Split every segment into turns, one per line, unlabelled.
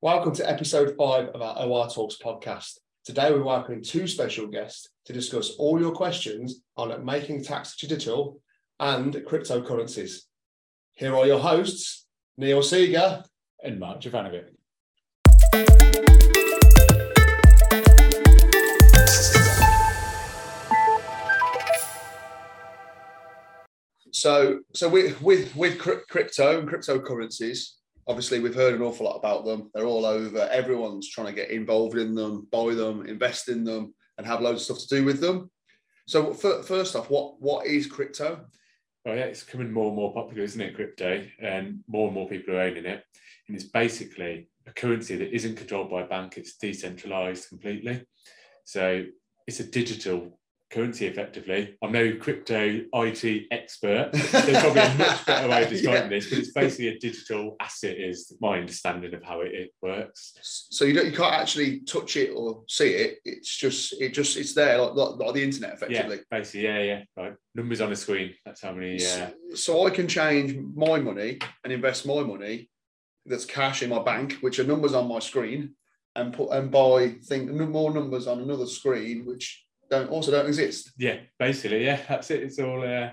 Welcome to episode five of our OR Talks podcast. Today, we're welcoming two special guests to discuss all your questions on making tax digital and cryptocurrencies. Here are your hosts, Neil Seeger
and Mark Jovanovic.
So, so with with with cryp- crypto and cryptocurrencies, obviously we've heard an awful lot about them. They're all over. Everyone's trying to get involved in them, buy them, invest in them, and have loads of stuff to do with them. So, f- first off, what what is crypto?
Well, Oh, yeah, it's becoming more and more popular, isn't it? Crypto, and more and more people are owning it. And it's basically a currency that isn't controlled by a bank. It's decentralized completely. So it's a digital currency, effectively. I'm no crypto IT expert. There's probably a much better way of describing
Yeah.
this, but it's basically a digital asset. Is my understanding of how it, it works.
So you don't, you can't actually touch it or see it. It's just it just it's there like, like, like the internet
Yeah,
effectively.
basically, yeah, yeah. Right, numbers on a screen. That's how many. uh, Yeah,
S- So I can change my money and invest my money that's cash in my bank, which are numbers on my screen, and put and buy think more numbers on another screen, which don't also don't exist.
yeah. Basically, yeah. That's it. It's all uh,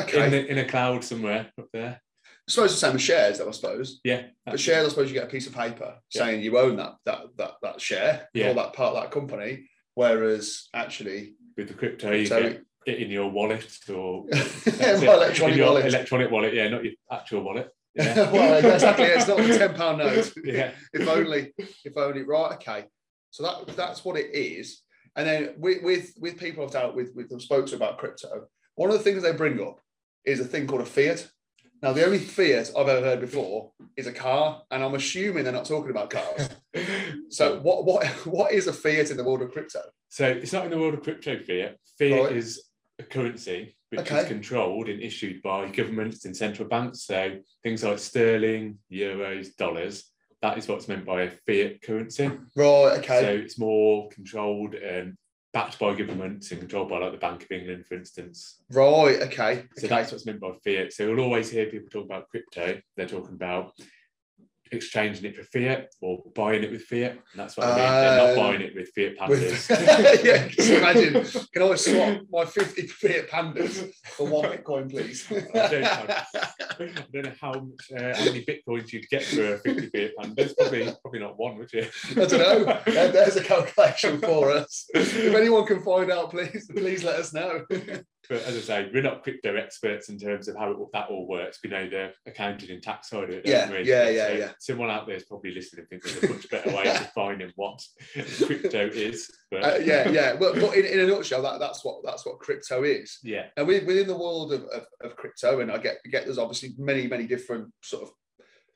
Okay,
in, the, in a cloud somewhere up there.
I suppose the same as shares, though. I suppose,
Yeah.
but shares, I suppose you get a piece of paper
Yeah.
saying you own that that that that share
Yeah.
or that part of that company, whereas actually,
with the crypto, you
so
get it in your wallet or That's it.
my electronic
in your
wallet.
electronic wallet. Yeah, not your actual wallet. Yeah.
well, exactly. It's not a ten pound note.
yeah.
if only if only right okay so that that's what it is and then with with, with people i've dealt with with them spoke to about crypto one of the things they bring up is a thing called a fiat now the only fiat i've ever heard before is a car and i'm assuming they're not talking about cars so what what what is a fiat in the world of crypto
So it's not in the world of crypto fiat. Fiat
Right.
is a currency which
Okay.
is controlled and issued by governments and central banks. So things like sterling, euros, dollars. That is what's meant by a fiat currency.
right
So
okay
it's more controlled and backed by governments and controlled by like the Bank of England, for instance.
right okay
So
okay
that's what's meant by fiat. So we'll always hear people talk about crypto. They're talking about exchanging it for fiat or buying it with fiat. And that's what I mean. They're not
Uh,
buying it with fiat
With-
pandas.
yeah, just imagine. Can I swap my 50 fiat pandas for one Bitcoin, please?
don't know. I don't know how, much, uh, how many bitcoins you'd get for a 50 fiat pandas. Probably, probably not one, would you?
I don't know. There- There's a calculation for us. If anyone can find out, please, please let us know.
But as I say, we're not crypto experts in terms of how it, that all works. We know the accounting and tax side of it. don't
Yeah,
we?
yeah, yeah,
So
yeah.
Someone out there is probably listening and thinking there's a much better way of defining what crypto is. But
Uh, yeah, yeah. But, but in, in a nutshell, that, that's what that's what crypto is.
yeah,
And with, within the world of, of, of crypto, and I get get there's obviously many many different sort of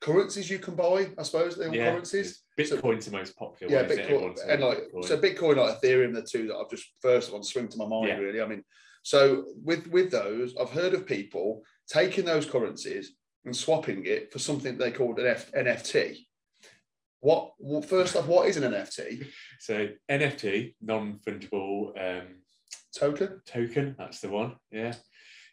currencies you can buy. I suppose they're all
yeah.
currencies.
Bitcoin's the most popular
yeah,
one. isn't it?
Bitcoin
Everyone's
and
heard
like
of Bitcoin.
so Bitcoin, like Ethereum, the two that I've just first one swing to my mind
Yeah.
really. I mean, so with with those, I've heard of people taking those currencies and swapping it for something they called an F- NFT. What well, first off, what is an NFT
So NFT, non fungible um,
token?
token. That's the one. Yeah.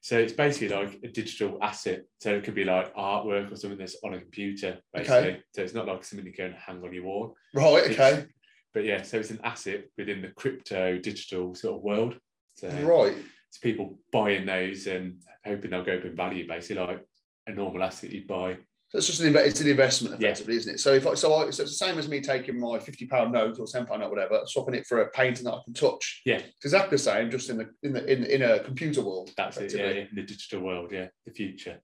So it's basically like a digital asset. So it could be like artwork or something that's on a computer, basically. So it's not like something you go and hang on your wall.
Right.
It's-
Okay.
But yeah, so it's an asset within the crypto digital sort of world. So
Right.
it's people buying those and hoping they'll go up in value, basically like a normal asset you'd buy.
So it's just an, inve- it's an investment,
Yeah.
effectively, isn't it? So if I, so, I, so it's the same as me taking my fifty pound note or ten pound note, whatever, swapping it for a painting that I can touch.
Yeah.
It's exactly the same, just in the in the in, in a computer world.
That's it. Yeah,
effectively.
in the digital world. Yeah, the future.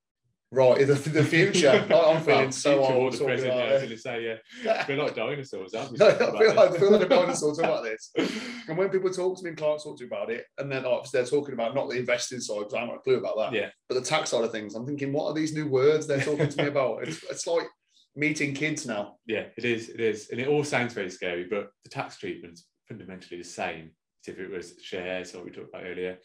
Right, in the, the future. I- I'm feeling
Well,
so
future or
old.
the
talking
present, yeah, I was
about
going to say, yeah.
it.
We're like dinosaurs, aren't we?
No, I
Talking
feel like,
about
I
this.
feel like a dinosaur talking about this. And when people talk to me and clients talk to me about it, and then obviously they're talking about not the investing side because I haven't got a clue about that.
Yeah.
But the tax side of things, I'm thinking, what are these new words they're talking to me about? It's, it's like meeting kids now.
yeah, it is. It is. And it all sounds very scary, but the tax treatment's fundamentally the same as if it was shares, like we talked about earlier,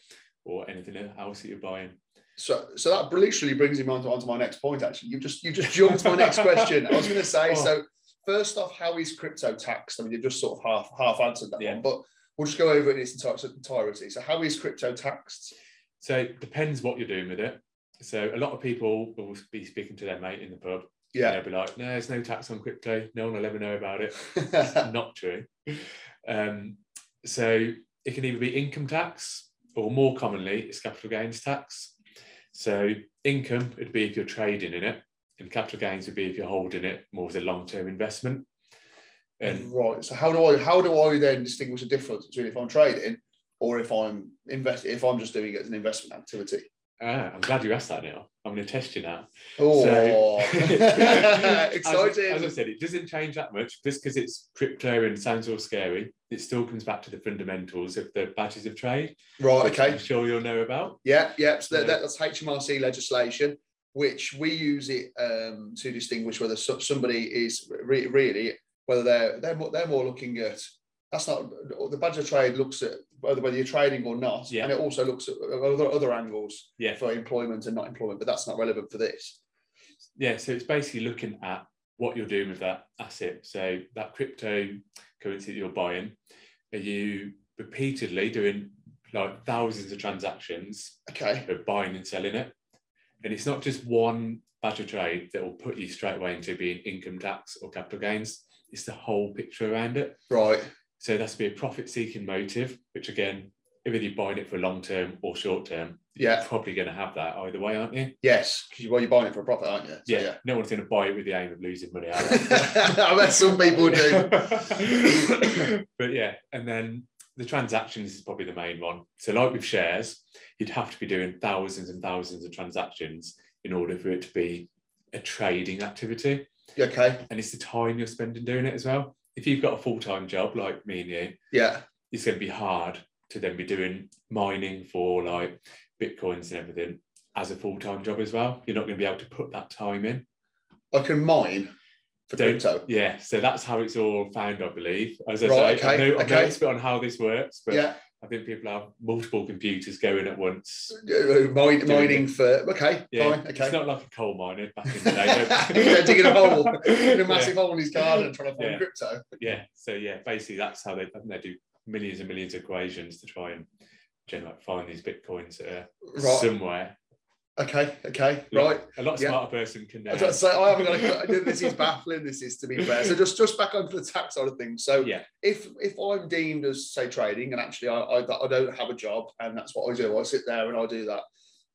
or anything else that you're buying.
So, so that literally brings me on to, onto my next point. Actually, you just you just jumped to my next question. I was going to say
Oh.
so. First off, how is crypto taxed? I mean, you've just sort of half half answered that
Yeah.
one, but we'll just go over it in its enti- entirety. So, how is crypto taxed?
So it depends what you're doing with it. So a lot of people will be speaking to their mate in the pub And
Yeah.
They'll be like, no, there's no tax on crypto. No one will ever know about it. It's
yeah.
not true. Um, so it can either be income tax or more commonly, it's capital gains tax. So income would be if you're trading in it, and capital gains would be if you're holding it more as a long term investment. And
right. So how do I how do I then distinguish the difference between if I'm trading or if I'm invest if I'm just doing it as an investment activity?
ah, I'm glad you asked that now. I'm going to test you now.
Oh,
As-
exciting!
As, I said, it doesn't change that much just because it's crypto and sounds all scary. It still comes back to the fundamentals of the badges of trade.
right.
which
Okay.
I'm sure you'll know about.
Yeah, yeah. So that,
Yeah.
that's HMRC legislation, which we use it um, to distinguish whether so- somebody is re- really whether they're they're more, they're more looking at that's not the badge of trade looks at whether whether you're trading or not,
Yeah.
and it also looks at other other angles
Yeah.
for employment and not employment, but that's not relevant for this.
Yeah, so it's basically looking at what you're doing with that asset. So that cryptocurrency that you're buying, are you repeatedly doing like thousands of transactions
Okay,
of buying and selling it? And it's not just one batch of trade that will put you straight away into being income tax or capital gains. It's the whole picture around it.
right.
So that's be a profit-seeking motive, which again, whether you're buying it for long term or short term,
Yeah.
you're probably going to have that either way, aren't you?
Yes, because well, you're buying it for a profit, aren't you? So,
yeah, no one's going to buy it with the aim of losing money. Are they?
yeah. I bet some people do.
but yeah, and then the transactions is probably the main one. So, like with shares, you'd have to be doing thousands and thousands of transactions in order for it to be a trading activity.
Okay.
And it's the time you're spending doing it as well. If you've got a full time job like me and you,
Yeah.
it's going to be hard to then be doing mining for like bitcoins and everything as a full time job as well. You're not going to be able to put that time in.
I can mine for
Don't-
crypto.
Yeah, so that's how it's all found, I believe. As I
Right,
say,
okay,
I know, I know
okay.
it's a bit on how this works, but
Yeah.
I think people have multiple computers going at once.
Uh, mine,
Doing
mining
it.
for okay,
Yeah,
fine,
it's
okay.
not like a coal miner back in the day.
Yeah, digging a hole, In a
Yeah,
massive hole in his garden trying to find
Yeah.
crypto.
yeah, so yeah, basically that's how they they do millions and millions of equations to try and generate find these bitcoins uh,
Right.
somewhere.
okay. Okay.
A lot-
Right.
a lot
Yeah.
smarter person can.
I
Uh,
was about to say I haven't got. A, this is baffling. This is to be fair. So just just back onto the tax side of things. So
Yeah.
if if I'm deemed as say trading and actually I, I I don't have a job and that's what I do. I sit there and I do that.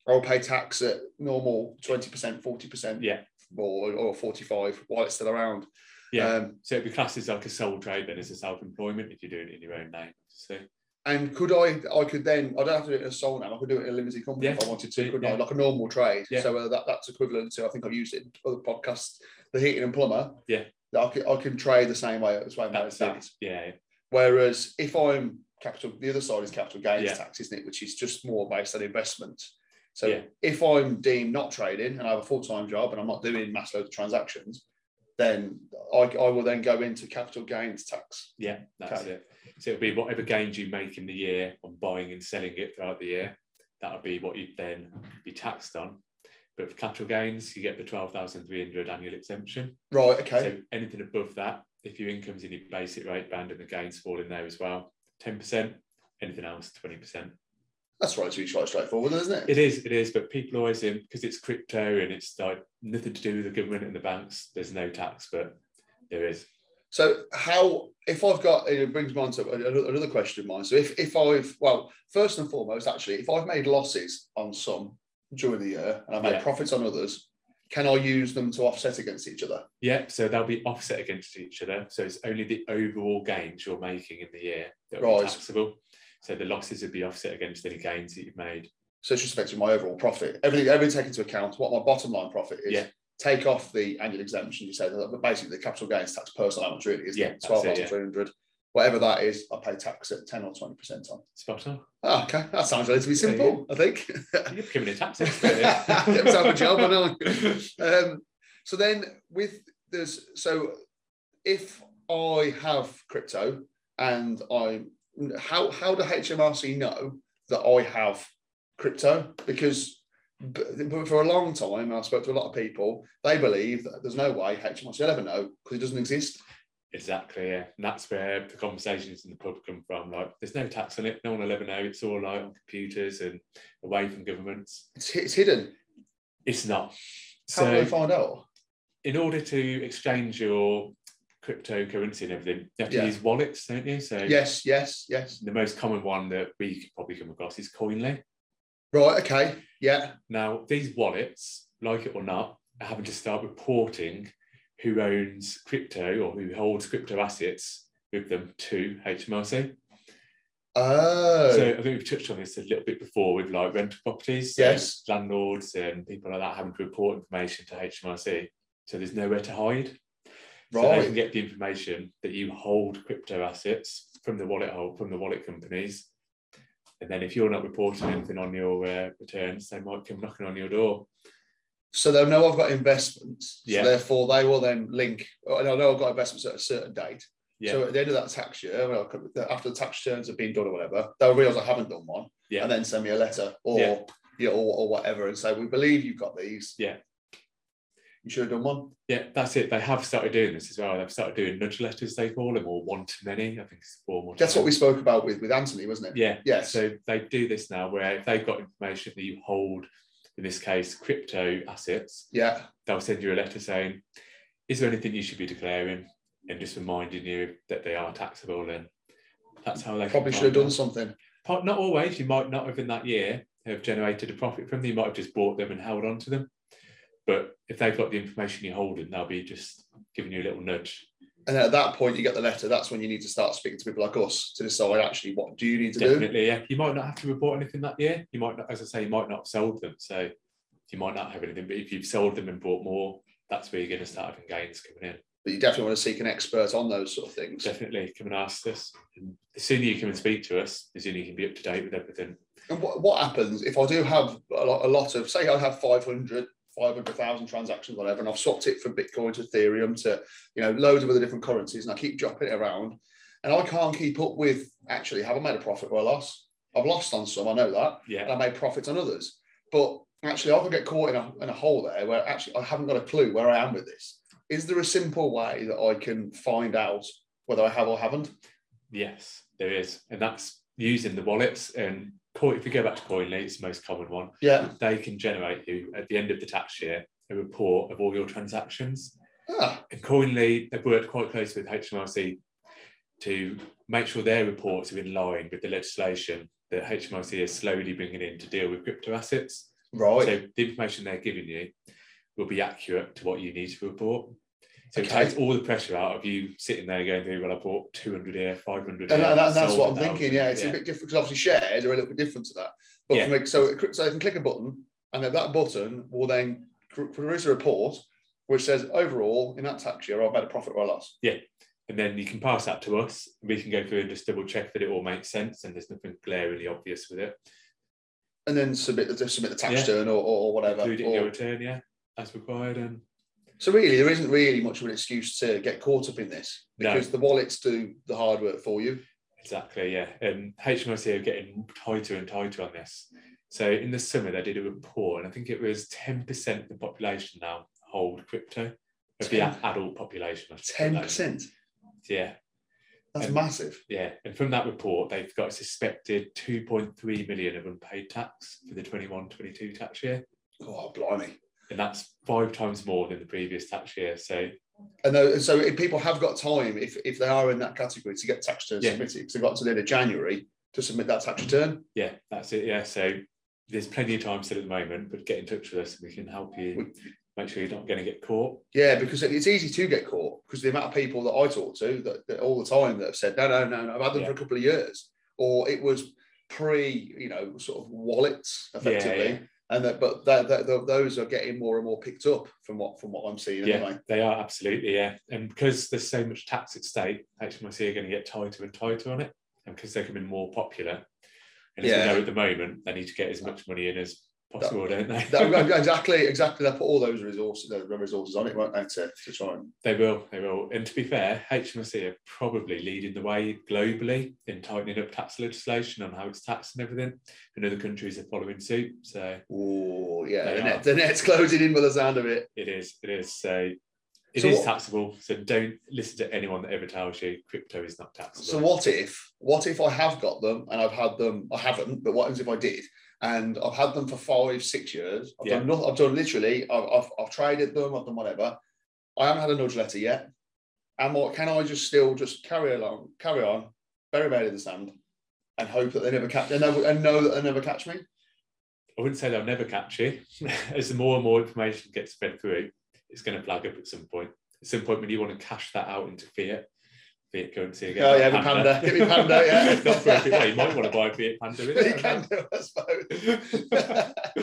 I'll pay tax at normal twenty percent, forty percent,
Yeah.
or or forty five while it's still around.
Yeah.
Um,
so it'd be classed as like a sole trade then as a self-employment if you're doing it in your own name. So
And could I? I could then. I don't have to do it in a sole now. I could do it in a limited company if
Yeah.
I wanted to. Could
Yeah.
I? Like a normal trade.
Yeah.
So uh, that, that's equivalent to. I think I've used it in other podcasts. The heating and plumber.
Yeah.
That I can, I can trade the same way as way as
that's it.
that.
Yeah,
Whereas if I'm capital, the other side is capital gains
Yeah.
tax, isn't it? Which is just more based on investment. So
Yeah.
if I'm deemed not trading and I have a full time job and I'm not doing mass loads of transactions, then I, I will then go into capital gains tax.
Yeah, that's
Okay.
it. So it'll be whatever gains you make in the year on buying and selling it throughout the year. That'll be what you then be taxed on. But for capital gains, you get the twelve thousand three hundred annual exemption.
Right. Okay.
So anything above that, if your income's in your basic rate band and the gains fall in there as well, ten percent. Anything else, twenty percent.
that's right. To be quite straightforward, isn't it?
It is, it is. But people always in because it's crypto and it's like nothing to do with the government and the banks. There's no tax, but there is.
So how if I've got it brings me on to another another question of mine. So if if I've well, first and foremost, actually, if I've made losses on some during the year and I've made
Yeah.
profits on others, can I use them to offset against each other?
Yeah, so they'll be offset against each other. So it's only the overall gains you're making in the year that are
Right.
taxable. So the losses would be offset against any gains that you've made.
So it's just affecting my overall profit. Everything everything taken into account, what my bottom line profit is.
Yeah.
Take off the annual exemption you said, but basically the capital gains tax personal allowance really is
Yeah,
yeah,
that's it, yeah.
twelve thousand three hundred. Whatever that is, I pay tax at ten or twenty percent on.
Spot on.
Ah, okay, that sounds relatively
Yeah, yeah.
simple. I think.
You're becoming a tax expert.
Get
here.
myself a job, I know. Um, so then, with there's so if I have crypto and I how how do HMRC know that I have crypto? Because b- b- for a long time, I spoke to a lot of people. They believe that there's no way HMRC will ever know because it doesn't exist.
Exactly, yeah. And that's where the conversations in the pub come from. Like, there's no tax on it. No one will ever know. It's all like on computers and away from governments.
It's, hi- it's hidden.
It's not.
How do
So
they find out?
in order to exchange your cryptocurrency and everything, you have to
Yeah.
use wallets, don't you? So
Yes, yes, yes.
the most common one that we could probably come across is Coinly.
Right, okay. Yeah.
Now, these wallets, like it or not, are having to start reporting who owns crypto or who holds crypto assets with them to HMRC.
Oh.
So I think we've touched on this a little bit before with like rental properties. so
Yes.
Landlords and people like that having to report information to HMRC. So there's nowhere to hide. So they
Right.
can get the information that you hold crypto assets from the wallet hold from the wallet companies. And then if you're not reporting anything on your uh, returns, they might come knocking on your door.
So they'll know I've got investments.
Yeah.
So therefore, they will then link. And I know I've got investments at a certain date.
Yeah.
So at the end of that tax year, well, come- after the tax returns have been done or whatever, they'll realise I haven't done one.
Yeah.
And then send me a letter or
Yeah.
yeah, or, or whatever and say we believe you've got these.
Yeah.
You should have done one.
Yeah, that's it. They have started doing this as well. They've started doing nudge letters, they call them, or one to many. I think it's four more.
That's what we spoke about with with Anthony, wasn't it?
Yeah.
Yes.
So they do this now where if they've got information that you hold, in this case, crypto assets,
yeah.
they'll send you a letter saying, is there anything you should be declaring? And just reminding you that they are taxable. And that's how they can
Probably should have
find
done
out.
something.
Part- Not always. You might not have in that year have generated a profit from them. You might have just bought them and held on to them. But if they've got the information you're holding, they'll be just giving you a little nudge.
And then at that point, you get the letter. That's when you need to start speaking to people like us to decide actually what do you need to do.
Definitely, yeah. You might not have to report anything that year. You might not, as I say, you might not have sold them. So you might not have anything. But if you've sold them and bought more, that's where you're going to start having gains coming in.
But you definitely want to seek an expert on those sort of things.
Definitely come and ask us. And the sooner you come and speak to us, the sooner you can be up to date with everything.
And what, what happens if I do have a lot, a lot of, say, I have 500, 500,000 transactions, whatever, and I've swapped it from Bitcoin to Ethereum to, you know, loads of other different currencies, and I keep dropping it around, and I can't keep up with actually, have I made a profit or a loss? I've lost on some, I know that, and
Yeah,
I made profits on others. But actually, I could get caught in a, in a hole there where actually I haven't got a clue where I am with this. Is there a simple way that I can find out whether I have or haven't?
yes, there is. And that's using the wallets. And Coin- if you go back to Coinly, it's the most common one.
Yeah.
They can generate you at the end of the tax year a report of all your transactions.
Ah,
And Coinly have worked quite closely with HMRC to make sure their reports are in line with the legislation that HMRC is slowly bringing in to deal with crypto assets.
right.
So the information they're giving you will be accurate to what you need to report. So
Okay.
it takes all the pressure out of you sitting there going through, well, I bought 200 here, 500
And
here,
that, that- that's
sold
what I'm
1,000.
thinking. Yeah, it's a bit different because obviously shares are a little bit different to that. But
Yeah.
from a- so, it- so I can click a button, and then that button will then cr- produce a report which says overall in that tax year I've made a profit or a loss.
And then you can pass that to us. We can go through and just double check that it all makes sense and there's nothing glaringly obvious with it.
And then submit the just submit the tax
Yeah.
return or, or, or whatever.
Include it in
or-
your return, yeah, as required. And
so really, there isn't really much of an excuse to get caught up in this
No.
because the wallets do the hard work for you.
Exactly, yeah. Um, HMRC are getting tighter and tighter on this. So in the summer, they did a report, and I think it was 10% of the population now hold crypto, of the
Ten-
adult population. I should say.
Ten percent.
Yeah,
That's
Um,
massive.
yeah. And from that report, they've got a suspected 2.3 million of unpaid tax for the 21-22 tax year.
Oh blimey!
And that's five times more than the previous tax year. So
And tho- so if people have got time, if, if they are in that category, to get tax returns
Yeah.
submitted because they've got to the end of January to submit that tax return.
yeah, that's it. Yeah. So there's plenty of time still at the moment, but get in touch with us and we can help you make sure you're not going to get caught.
Yeah, because it- it's easy to get caught because the amount of people that I talk to that, that all the time that have said, no, no, no, no, I've had them for a couple of years, or it was pre, you know, sort of wallets
Yeah,
effectively,
yeah.
and that, but that, that, tho- those are getting more and more picked up from what from what I'm seeing
Yeah,
anyway.
they are absolutely, yeah. And because there's so much tax at stake, HMRC are going to get tighter and tighter on it, and because they're becoming more popular. And as
Yeah.
we know at the moment, they need to get as much money in as possible, don't they?
That- exactly, exactly. They put all those resources, their resources on it, won't they, to, to try and
they will, they will. And to be fair, HMRC are probably leading the way globally in tightening up tax legislation on how it's taxed and everything. And other countries are following suit. So
oh yeah,
They
the,
are.
net, the net's closing in by the sound of it.
it is, it is. So it is
So what-
taxable. So don't listen to anyone that ever tells you crypto is not taxable.
So what if what if I have got them and I've had them? I haven't, but what happens if I did? And I've had them for five, six years. I've
Yeah.
done nothing. I've done literally. I've, I've, I've traded them. I've done whatever. I haven't had a nudge letter yet. Am I? Can I just still just carry along, carry on, bury my head in the sand, and hope that they never catch and, never, and know that they never catch me?
I wouldn't say they'll never catch you. As the more and more information gets fed through, it's going to flag up at some point. At some point, when you want to cash that out into fiat, fiat currency again.
Oh, yeah,
like
the panda. Give me panda, yeah.
Not for every day. You might want to buy a fiat panda.
But you can do, I suppose.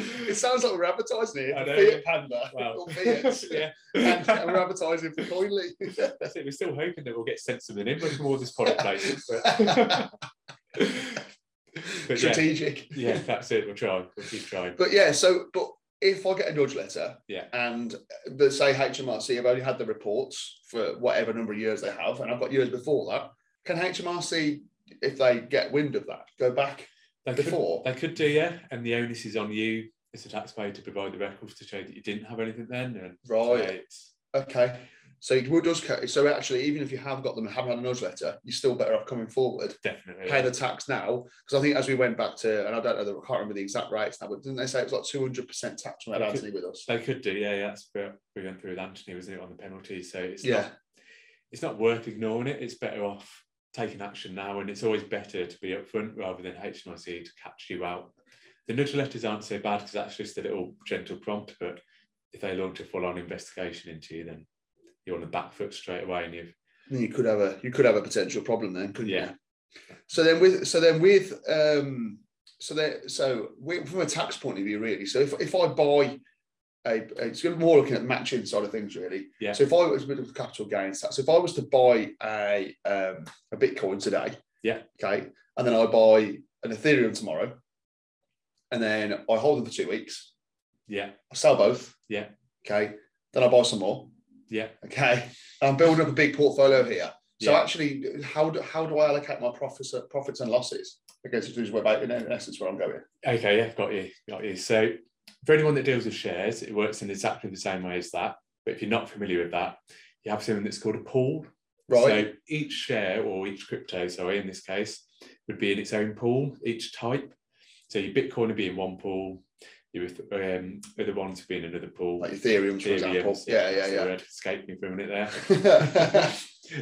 it sounds like we're advertising here.
I know.
Fiat Panda.
Well,
Or Fiat.
yeah.
and, and we're advertising for Coinly.
That's it. We're still hoping that we'll get sent something in, but more of this product placement. But, but yeah,
Strategic.
yeah, that's it. We'll try. We'll keep trying.
But yeah, so but if I get a nudge letter,
Yeah.
and they say HMRC have only had the reports for whatever number of years they have, and I've got years before that, can HMRC, if they get wind of that, go back
They could,
before?
they could do, yeah. And the onus is on you as a taxpayer to provide the records to show that you didn't have anything then. And so
Right.
it's-
Okay. So it would does ca- so actually, even if you have got them and haven't had a nudge letter, you're still better off coming forward.
definitely.
Pay the tax now, because I think as we went back to, and I don't know, the, I can't remember the exact rates now, but didn't they say it was like two hundred percent tax when I had
Okay.
Anthony with us?
They could do, yeah, yeah. That's what we went through with Anthony, wasn't it, on the penalty? So it's
Yeah.
not it's not worth ignoring it. It's better off taking action now, and it's always better to be upfront rather than HMRC to catch you out. The nudge letters aren't so bad because that's just a little gentle prompt, but if they launch a full-on investigation into you, then you're on the back foot straight away, and you've
then you could have a you could have a potential problem then, couldn't
Yeah.
you? So then with so then with um so that so we, from a tax point of view really. So if, if I buy a, a it's gonna be more looking at the matching side of things really.
Yeah.
So if I was with capital gains tax, so if I was to buy a um a Bitcoin today,
Yeah.
okay, and then I buy an Ethereum tomorrow, and then I hold them for two weeks,
yeah,
I sell both,
Yeah.
okay, then I buy some more,
yeah,
okay i'm building up a big portfolio here so
Yeah.
actually how do, how do i allocate my profits profits and losses i guess it's where in essence where i'm going
Okay, yeah, got you, got you. So for anyone that deals with shares, it works in exactly the same way as that. But if you're not familiar with that, you have something that's called a pool.
right
So each share or each crypto, sorry, in this case, would be in its own pool, each type. So your Bitcoin would be in one pool, your Eth- um, other ones would be in another pool.
like ethereum for example
Ethereum's-
yeah
that's the
yeah
word, Escaped me for a minute there
yeah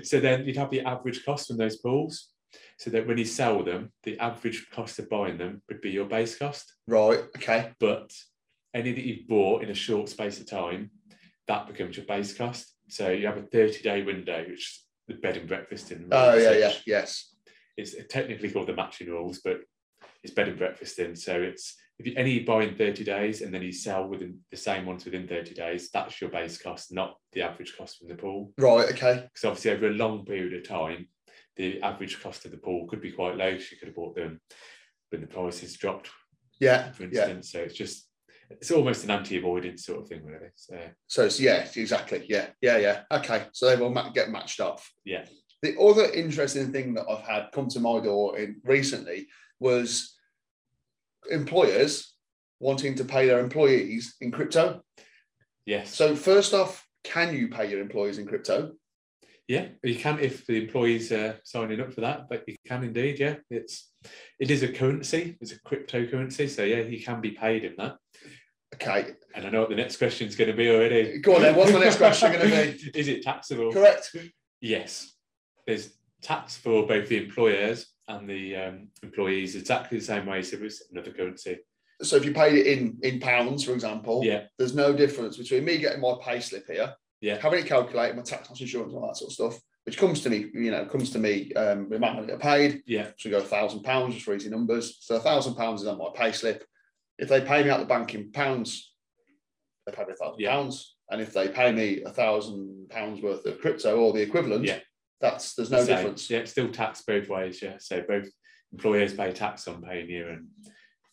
so then you'd have the average cost from those pools. So that when you sell them, the average cost of buying them would be your base cost.
right okay
But any that you've bought in a short space of time, that becomes your base cost. So you have a 30 day window, which is the bed and breakfast in.
oh yeah
research.
yeah yes
It's technically called the matching rules, but it's bed and breakfast in. So it's if you, any you buy in 30 days and then you sell within the same ones within 30 days, that's your base cost, not the average cost from the pool
right okay
because obviously over a long period of time, the average cost of the pool could be quite low. She could have bought them when the prices dropped,
yeah
for
yeah
instance. So it's just it's almost an anti-avoidance sort of thing, really. So
So it's yeah, exactly. Yeah, yeah, yeah. Okay. So they will ma- get matched off.
Yeah.
The other interesting thing that I've had come to my door in recently was employers wanting to pay their employees in crypto.
yes,
So first off, can you pay your employees in crypto?
yeah, you can if the employees are signing up for that, but you can indeed, yeah. It's it is a currency, it's a cryptocurrency, so yeah, you can be paid in that.
Okay.
And I know what the next question is going to be already.
Go on then, what's the next question gonna
be? Is it taxable?
Correct.
Yes, there's tax for both the employers and the um, employees exactly the same way. So it's another currency.
So if you paid it in in pounds, for example,
Yeah,
there's no difference between me getting my pay slip here,
Yeah.
having it calculated, my tax, loss insurance, all that sort of stuff, which comes to me, you know, comes to me um, the amount I get paid.
yeah,
So we go thousand pounds just for easy numbers. So a thousand pounds is on my pay slip. If they pay me out the bank in pounds, they pay me a thousand
Yeah.
pounds. And if they pay me a thousand pounds worth of crypto or the equivalent,
Yeah.
that's there's no
So,
difference.
Yeah, it's still tax both ways. Yeah, so both employers pay tax on paying you and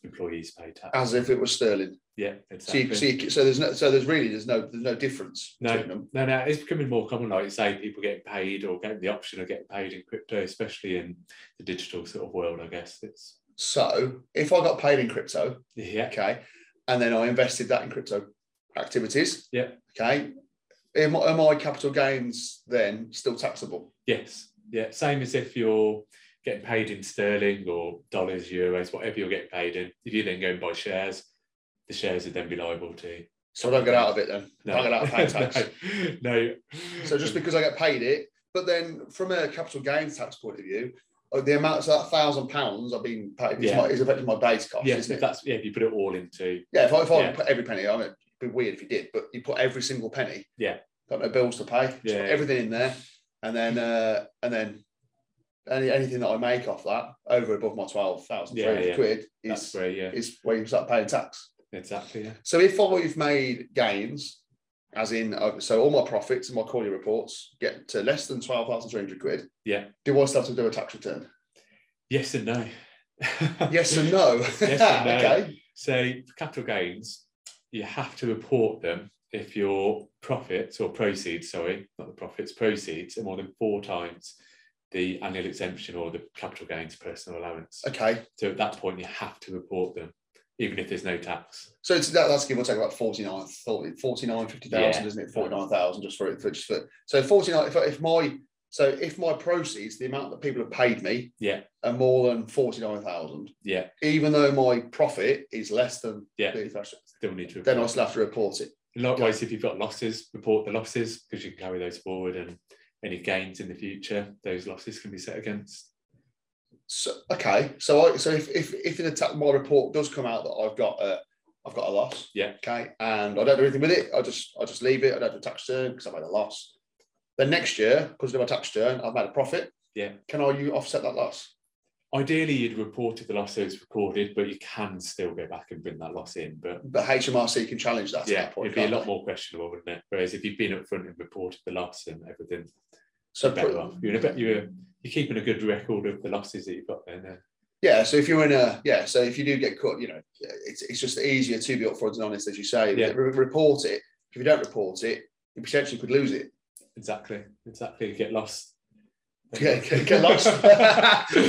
employees pay tax.
As if it was sterling.
yeah,
So, you,
exactly.
so, you, so there's no so there's really there's no there's no difference between them.
No, no, it's becoming more common. Like you say, people getting paid or getting the option of getting paid in crypto, especially in the digital sort of world. I guess it's
So if I got paid in crypto,
yeah,
okay, and then I invested that in crypto activities.
Yeah.
Okay. Am, am I capital gains then still taxable?
Yes. Yeah. Same as if you're getting paid in sterling or dollars, euros, whatever you're getting paid in. If you then go and buy shares, the shares would then be liable to
So I don't get out of it then.
No.
I don't get out of paying tax.
no. no.
So just because I get paid it, but then from a capital gains tax point of view, uh, the amount of that thousand pounds I've been paid is,
Yeah.
my, is affecting my base cost,
yes,
isn't
if
it?
that's yeah, if you put it all into
yeah, if I, if I
Yeah.
put every penny, I mean, it'd be weird if you did, but you put every single penny.
Yeah.
Got no bills to pay. Just
Yeah.
put everything in there, and then uh, and then any, anything that I make off that over and above my twelve thousand three hundred
Yeah, yeah.
quid
that's
is
where yeah,
is where you start paying tax.
exactly. Yeah.
So if I've made gains, as in, uh, so all my profits and my quarterly reports get to less than 12,300 quid.
Yeah.
Do I still have to do a tax return?
Yes and no.
Yes and no.
Yes and no.
okay.
So for capital gains, you have to report them if your profits or proceeds, sorry, not the profits, proceeds are more than four times the annual exemption or the capital gains personal allowance.
Okay.
So at that point, you have to report them, even if there's no tax.
So it's, that, that's give or take about 49, 40, 49 50,000,
Yeah.
isn't it? 49,000 just for it. For, just for, so 49, if, if my, so if my proceeds, the amount that people have paid me
Yeah.
are more than 49,000,
Yeah,
even though my profit is less than,
Yeah.
30,000,
still need to report.
then I still have to report it.
Likewise, if you've got losses, report the losses because you can carry those forward and any gains in the future, those losses can be set against.
So okay, so I, so if if if in the ta- my report does come out that I've got a I've got a loss,
Yeah.
okay, and I don't do anything with it, I just I just leave it. I don't do a tax return because I made a loss. Then next year, because of my tax return, I've made a profit.
Yeah.
can I you offset that loss?
Ideally, you'd reported the loss so it's recorded, but you can still go back and bring that loss in. But
But HMRC can challenge that. at
yeah,
that point,
it'd be a
can't
lot
they?
more questionable, wouldn't it? Whereas if you've been upfront and reported the loss and everything,
So
better
pr-
off. You're in a bit, you're you're keeping a good record of the losses that you've got there. Now.
yeah, so if you're in a yeah, so if you do get caught, you know, it's it's just easier to be upfront and honest, as you say.
Yeah.
Re- report it. If you don't report it, you potentially could lose it.
Exactly, exactly. You Get lost.
Get, get, get lost.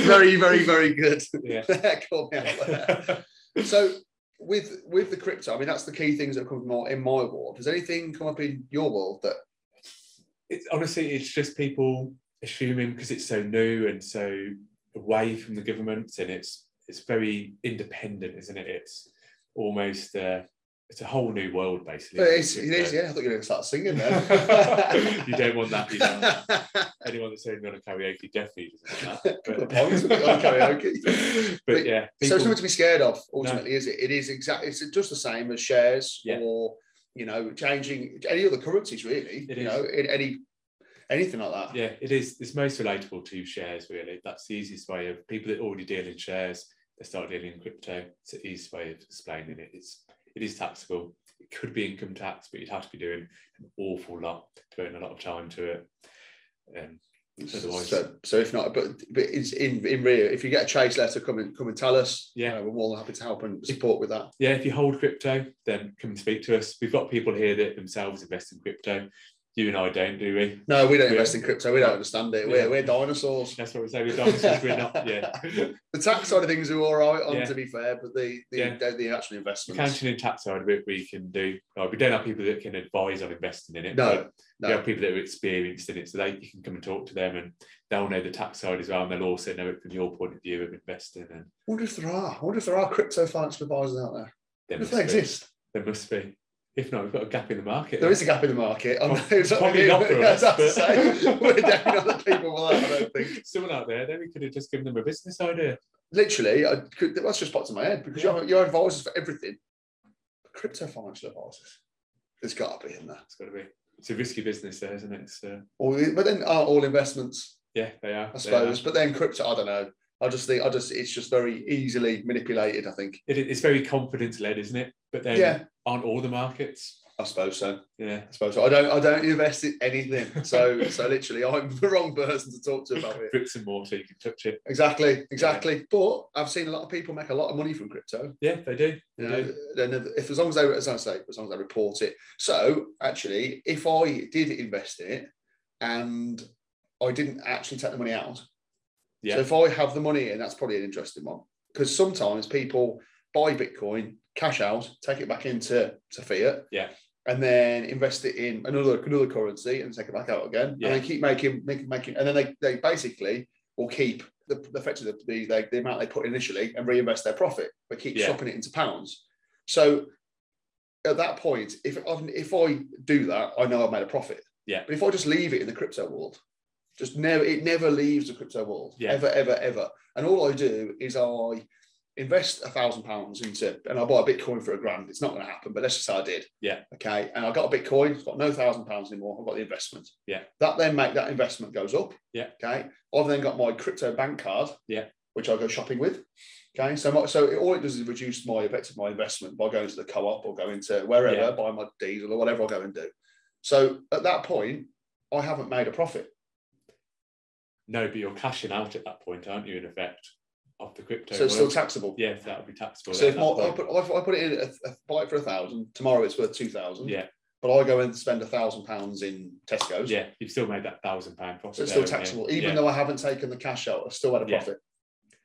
very, very, very good.
yeah.
Call me out for that. So with with the crypto, I mean that's the key things that come up in my- in my world. Has anything come up in your world that
it's honestly it's just people assuming because it's so new and so away from the government and it's it's very independent isn't it it's almost uh, it's a whole new world basically
it is, it is, yeah, I thought you were gonna start singing there.
you don't want that you know
Couple
anyone that's only on a karaoke definitely doesn't want
of points on karaoke.
that but,
But-
but yeah
So
people,
it's nothing to be scared of ultimately, is it? It is exactly it's just the same as shares
Yeah.
or you know, changing any other currencies really.
It
you
is.
know, in any anything like that.
yeah it is it's most relatable to shares really that's the easiest way of people that already deal in shares they start dealing in crypto it's the easiest way of explaining it it's it is taxable it could be income tax but you'd have to be doing an awful lot devoting a lot of time to it um, Otherwise-
So, so if not, but, but it's in in real. If you get a chase letter, come and come and tell us.
Yeah.
Uh, we're more than happy to help and support with that.
yeah if you hold crypto then come and speak to us we've got people here that themselves invest in crypto you and i don't do we
No, we don't
Yeah.
invest in crypto. We don't understand it. We're,
Yeah.
we're dinosaurs.
that's what we say we're dinosaurs we're not yeah
The tax side of things are all right on,
Yeah.
to be fair, but the the,
Yeah.
the, the actual investments.
accounting and tax side of it we can do Like, we don't have people that can advise on investing in it
No,
but
no.
we have people that are experienced in it so they you can come and talk to them and they'll know the tax side as well and they'll also know it from your point of view of investing and
I wonder if there are. I wonder if there are crypto financial advisors out there.
there
If
must,
they
be,
exist,
there must be if not we've got a gap in the market
there is a gap in the market. I know
Probably
exactly-
not for
That's
us,
what I'm
but-
saying. We're definitely not the people for that. I don't think.
someone out there then we could have just given them a business idea
Literally, I could, that's just popped in my head because you your your advisors for everything, crypto financial advisors. There's got to be in there.
it's got to be it's a risky business there isn't it so
All, but then are all investments,
yeah they
I
are they are.
suppose. But then crypto, I don't know. I just think I just it's just very easily manipulated. I think.
It- it's very confidence led isn't it but then
yeah,
aren't all the markets
I suppose so.
yeah
I suppose so. I don't. I don't invest in anything. So so literally, I'm the wrong person to talk to about it.
bricks and mortar you can touch it
Exactly. Exactly. But I've seen a lot of people make a lot of money from crypto.
yeah they do
You
Yeah.
know, then if- if as long as they, as I say, as long as they report it. So actually, if I did invest in it and I didn't actually take the money out,
Yeah.
so if I have the money in, that's probably an interesting one because sometimes people buy Bitcoin, cash out, take it back into to fiat,
Yeah.
and then invest it in another another currency and take it back out again,
Yeah.
and they keep making making making, and then they they basically will keep the, the effect of the, the, like, the amount they put initially and reinvest their profit, but keep
Yeah.
shopping it into pounds. So at that point, if I've, if I do that, I know I've made a profit.
Yeah.
But if I just leave it in the crypto world, just never it never leaves the crypto world.
Yeah.
Ever, ever, ever. And all I do is I invest a thousand pounds into and I buy a Bitcoin for a grand. It's not going to happen, but let's just say I did.
Yeah.
Okay. And I got a Bitcoin, I've got no thousand pounds anymore. I've got the investment.
Yeah.
That then make that investment goes up.
Yeah.
Okay. I've then got my crypto bank card.
Yeah.
Which I go shopping with. Okay, so my, so it, all it does is reduce my effective my investment by going to the co-op or going to wherever,
Yeah.
buy my diesel or whatever I go and do. So at that point, I haven't made a profit.
No, but you're cashing out at that point, aren't you? In effect, of the crypto.
So it's still
world?
taxable.
yeah, that would be taxable.
So
at
if
that
my, I,
point.
put, if I put it in, a, a, buy it for a thousand, tomorrow it's worth two thousand.
Yeah.
But I go and spend a thousand pounds in Tesco's.
yeah, you've still made that thousand pound profit.
So it's
there,
still
haven't you?
taxable, even
Yeah,
though I haven't taken the cash out. I still had a
Yeah.
profit,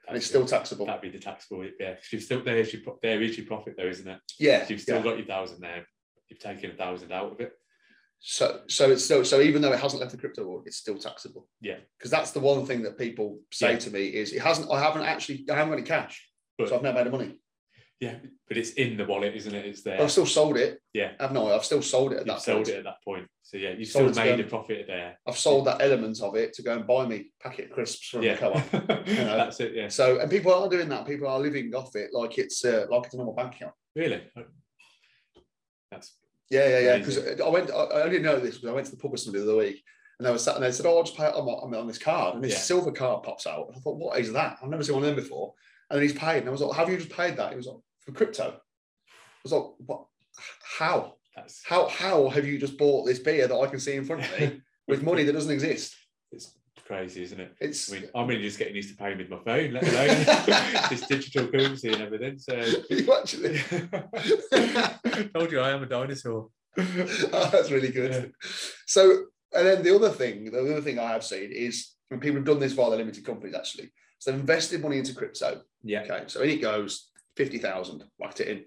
and
that's
it's still
it.
taxable.
that'd be the taxable. Yeah, 'cause you've still there's your pro- there is your profit though, isn't it?
yeah,
'Cause You've still
yeah.
got your thousand there. You've taken a thousand out of it.
So, so it's still so even though it hasn't left the crypto world, it's still taxable.
Yeah.
because that's the one thing that people say
Yeah.
to me is it hasn't. I haven't actually. I haven't got any cash,
But-
so I've never made the money.
Yeah, but it's in the wallet, isn't it? It's there.
But I've still sold it.
Yeah.
I've no. I've still sold it at
You've
that
sold
point.
it at that point. So yeah, you've
Sold
still
it to
made a
them.
profit there.
I've sold that element of it to go and buy me packet crisps from
Yeah,
the co-op. know.
that's it. Yeah,
So, and people are doing that. People are living off it like it's uh, like it's a normal bank account.
really. That's
Yeah, yeah, yeah. Because
Amazing.
I went. I, I only know this because I went to the pub with somebody the other week. And they were sat and they said, "Oh, I'll just pay it on, my, on, my- on this card." And this
Yeah.
silver card pops out. And I thought, "What is that? I've never seen one of them before." And then he's paid, and I was like, "Have you just paid that?" He was like, "For crypto." I was like, "What? How?
that's
How? How have you just bought this beer that I can see in front of me with money that doesn't exist?"
it's crazy, isn't it?
It's
I mean, I'm really just getting used to paying with my phone, let alone this digital currency and everything. So
you actually.
told you I am a dinosaur.
Oh, that's really good. So, and then the other thing, the other thing I have seen is when people have done this via their limited companies actually. So they've invested money into crypto.
Yeah.
Okay. So in it goes, 50,000, whacked it in.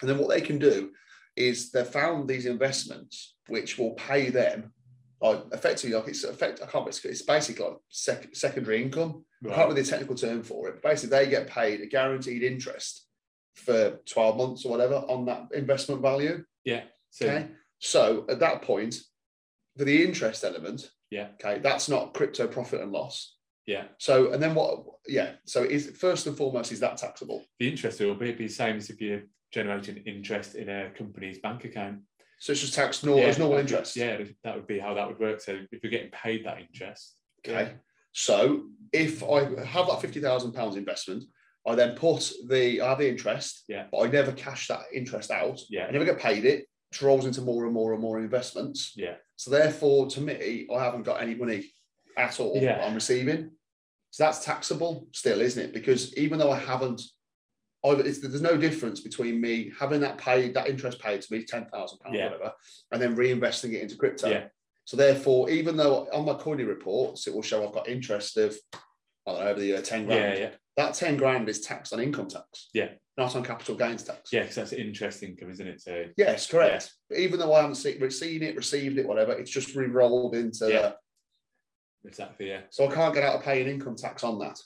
And then what they can do is they've found these investments which will pay them, like effectively, like it's effect, I can't, it's, it's basically like sec, secondary income. I can't
Right.
remember the technical term for it, but basically they get paid a guaranteed interest for 12 months or whatever on that investment value.
So
Okay. So at that point, for the interest element,
Yeah.
Okay, that's not crypto profit and loss.
yeah,
So and then what? Yeah. So is first and foremost is that taxable?
the interest will be, be the same as if you're generating interest in a company's bank account.
So it's just taxed normal as normal
that'd be-
interest.
Yeah, that would be how that would work. So if you're getting paid that interest,
Okay. So if I have that fifty thousand pounds investment, I then put the I have the interest.
Yeah.
But I never cash that interest out. I
yeah,
never get paid it. It rolls into more and more and more investments.
yeah,
So therefore, to me, I haven't got any money at all
Yeah.
that I'm receiving. So that's taxable still, isn't it? Because even though I haven't, I, it's, there's no difference between me having that paid, that interest paid to me, ten thousand pounds,
Yeah.
whatever, and then reinvesting it into crypto.
Yeah.
So therefore, even though on my coiny reports it will show I've got interest of, I don't know, over the year ten grand.
yeah, yeah.
That ten grand is taxed on income tax.
Yeah.
Not on capital gains tax.
Yeah, because that's interest income, isn't it? So
Yes, correct. Even though I haven't seen, seen it, received it, whatever, it's just re-rolled into
Yeah.
the
exactly, yeah.
So I can't get out of paying income tax on that.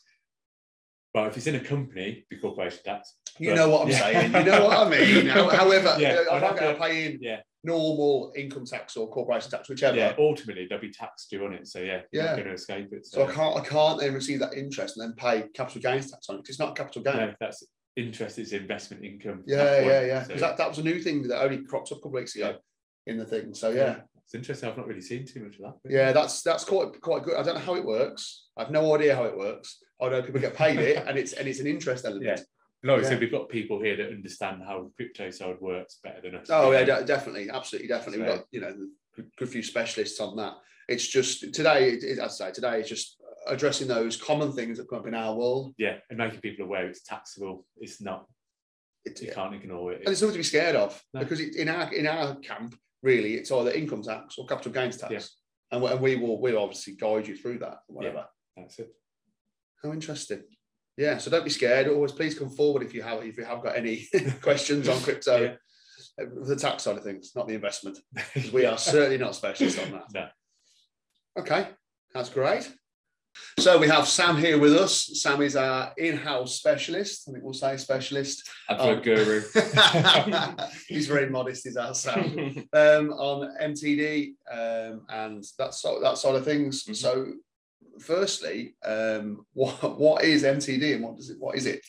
Well, if it's in a company, the corporation tax.
You
Right.
know what I'm
Yeah.
saying. You know what I mean. How- However, uh,
Yeah,
I
I'd
can't
have
get out of
to-
paying
yeah.
normal income tax or corporation tax, whichever.
Yeah, ultimately they'll be taxed due on it. So yeah, you're
Yeah.
not going to escape it.
So I can't, I can't then receive that interest and then pay capital gains tax on it 'cause it's not capital gain.
No, that's interest is investment income. at
Yeah,
that
yeah,
point.
yeah. Because
So
that, that was a new thing that only cropped up a couple of weeks ago in the thing. So yeah,
it's interesting. I've not really seen too much of that. but-
yeah, that's that's quite quite good. I don't know how it works. I've no idea how it works. I know people get paid it, and it's and it's an interest element.
Yeah. No,
Yeah.
so we've got people here that understand how the crypto side works better than us.
Oh
you
yeah,
know.
de- definitely, absolutely, definitely. We've
So-
got you know good- good few specialists on that. It's just today, it, it, as I say, today is just addressing those common things that come up in our world.
yeah, and making people aware it's taxable. It's not.
It,
You can't ignore it.
And it's nothing to be scared of
No.
because it, in our in our camp, really, it's either income tax or capital gains tax,
Yeah.
and, we, and we will we will obviously guide you through that. Whatever.
that's it.
How interesting. Yeah, so don't be scared. Always please come forward if you have if you have got any questions on crypto,
Yeah.
uh, the tax side of things, not the investment, because we are certainly not specialists on that.
No.
Okay, that's great. So we have Sam here with us. Sam is our in-house specialist. I think we'll say specialist.
Advert
Oh.
guru.
He's very modest, is our Sam. Um, on MTD um, and that sort that sort of things.
Mm-hmm.
Mhm.
So, firstly, um, what what is MTD and what does it what is it?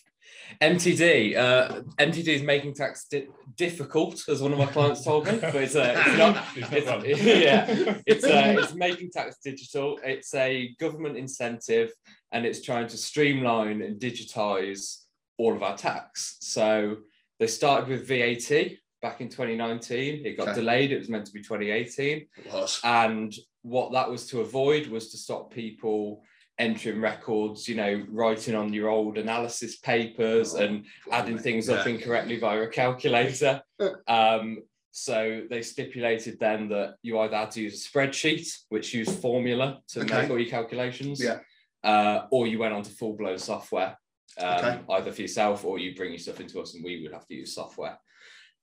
MTD. Uh, MTD is making tax di- difficult, as one of my clients told me. But it's, uh, it's not.
It's not
It's-
wrong.
yeah. It's uh, it's making tax digital. It's a government incentive, and it's trying to streamline and digitize all of our tax. So they started with VAT back in 2019. It got
Okay.
delayed. It was meant to be 2018.
It was.
And what that was to avoid was to stop people entering records, you know, writing on your old analysis papers and adding things up
Yeah.
incorrectly via a calculator. Um, so they stipulated then that you either had to use a spreadsheet, which used formula to
Okay.
make all your calculations,
Yeah.
uh, or you went on to full blown software, um,
Okay.
either for yourself or you bring your stuff into us and we would have to use software.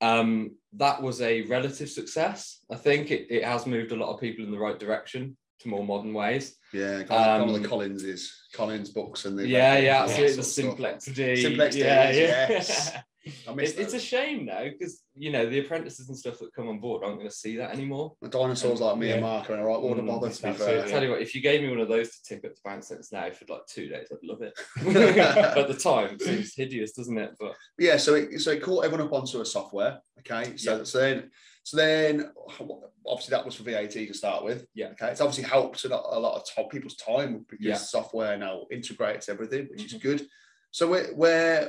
Um, that was a relative success. I think it, it has moved a lot of people in the right direction to more modern ways.
Yeah, kind of,
Um,
the Collins is Collins books and the
yeah, yeah,
all that
absolutely. The
sort of stuff.
simplex D.
Simplex Ds,
yeah,
yes. I miss
It's, it's a
those.
shame though, because you know the apprentices and stuff that come on board aren't going to see that anymore.
The dinosaurs like me and
Yeah.
Mark are all right. What a
Mm,
bother to be
that's
I
fair.
it,
tell you what, if you gave me one of those to tick up to bank sense now for like two days, I'd love it. but at the time, it seems hideous, doesn't it? But
yeah, so it so it caught everyone up onto a software. Okay, so so then so then obviously that was for VAT to start with.
Yeah.
Okay, it's obviously helped a lot, a lot of top people's time because
Yeah. Mm-hmm.
software now integrates everything, which is good. So where where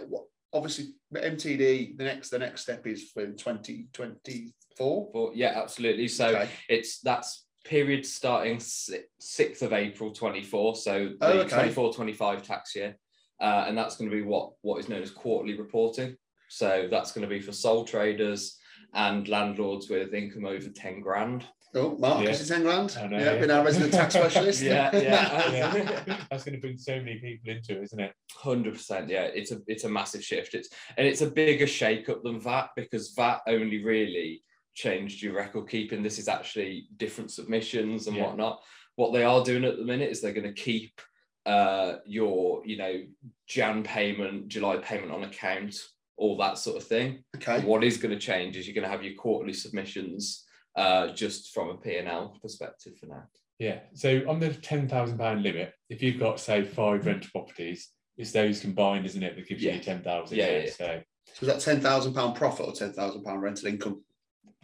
obviously MTD the next the next step is for twenty twenty four.
but yeah, absolutely. So
Okay.
it's that's period starting si- 6th of April 24 so the
Oh, okay.
24 25 tax year uh, and that's going to be what what is known as quarterly reporting so that's going to be for sole traders and landlords with income over 10 grand
Oh, Mark,
Yeah.
is it ten grand?
I know,
yeah,
yeah.
been our resident tax specialist.
Yeah, yeah.
Yeah. That's going to bring so many people into it, isn't it?
100% yeah it's a it's a massive shift it's and it's a bigger shake up than VAT because VAT only really changed your record keeping this is actually different submissions and
Yeah.
whatnot what they are doing at the minute is they're going to keep uh your you know jan payment july payment on account all that sort of thing
okay.
what is going to change is you're going to have your quarterly submissions uh just from a p&l perspective for now
Yeah. So on the ten thousand pound limit, if you've got say five rental properties, it's those combined, isn't it, that gives
Yeah.
you ten thousand.
Yeah, yeah, yeah.
So
So is that ten thousand pound profit or ten thousand pound rental income?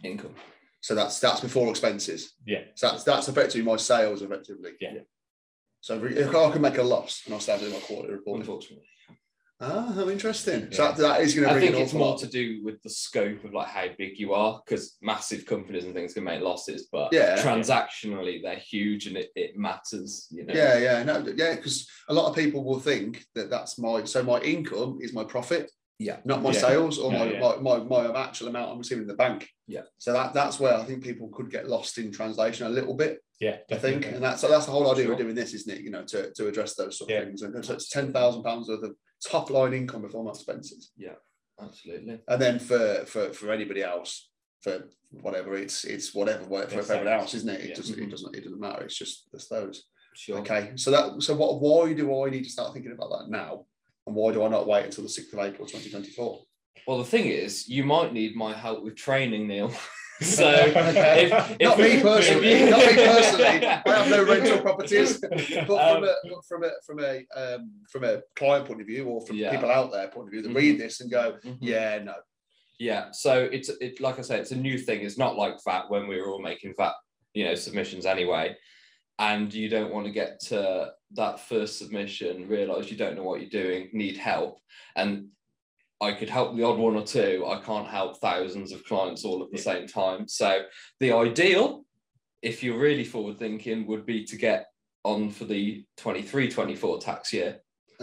income
So that's that's before expenses.
yeah,
So that's that's effectively my sales, effectively.
Yeah.
So if- if I can make a loss, and I'll start doing my quarterly report.
unfortunately
Ah, how interesting. So
Yeah.
that, that is going to
Mm. I
bring
think
an
it's
awful
more
lot.
to do with the scope of like how big you are, because massive companies and things can make losses, but
Yeah.
transactionally they're huge and it, it matters, you know.
Yeah, yeah, no, yeah, because a lot of people will think that that's my so my income is my profit,
Yeah.
not my
Yeah.
sales or
No,
my,
yeah.
my, my my actual amount I'm receiving in the bank.
Yeah.
So that that's where I think people could get lost in translation a little bit.
yeah,
I think,
definitely.
and that's so that's the whole idea of
Sure.
doing this, isn't it? You know, to, to address those sort
Yeah.
of things. And so it's ten thousand pounds worth of top line income before my expenses.
Absolutely.
and then for for for anybody else for whatever it's it's whatever what- for
Yes,
everyone else
thanks.
isn't it it
Yeah.
doesn't it doesn't it doesn't matter it's just it's those
Sure.
okay so that so what why do i need to start thinking about that now and why do i not wait until the 6th of april 2024
Well, the thing is, you might need my help with training, Neil. so if, if
not me personally not me personally i have no rental properties but from
Um,
a but from a from a um, from a client point of view or from
Yeah.
people out there point of view that
Mhm.
read this and go
Mhm.
yeah no
Yeah, so it's it like I say, it's a new thing. It's not like VAT when we were all making VAT, you know, submissions anyway. And you don't want to get to that first submission, realize you don't know what you're doing, need help. And I could help the odd one or two. I can't help thousands of clients all at the
Yeah.
same time. So the ideal, if you're really forward thinking, would be to get on for the 23 24 tax year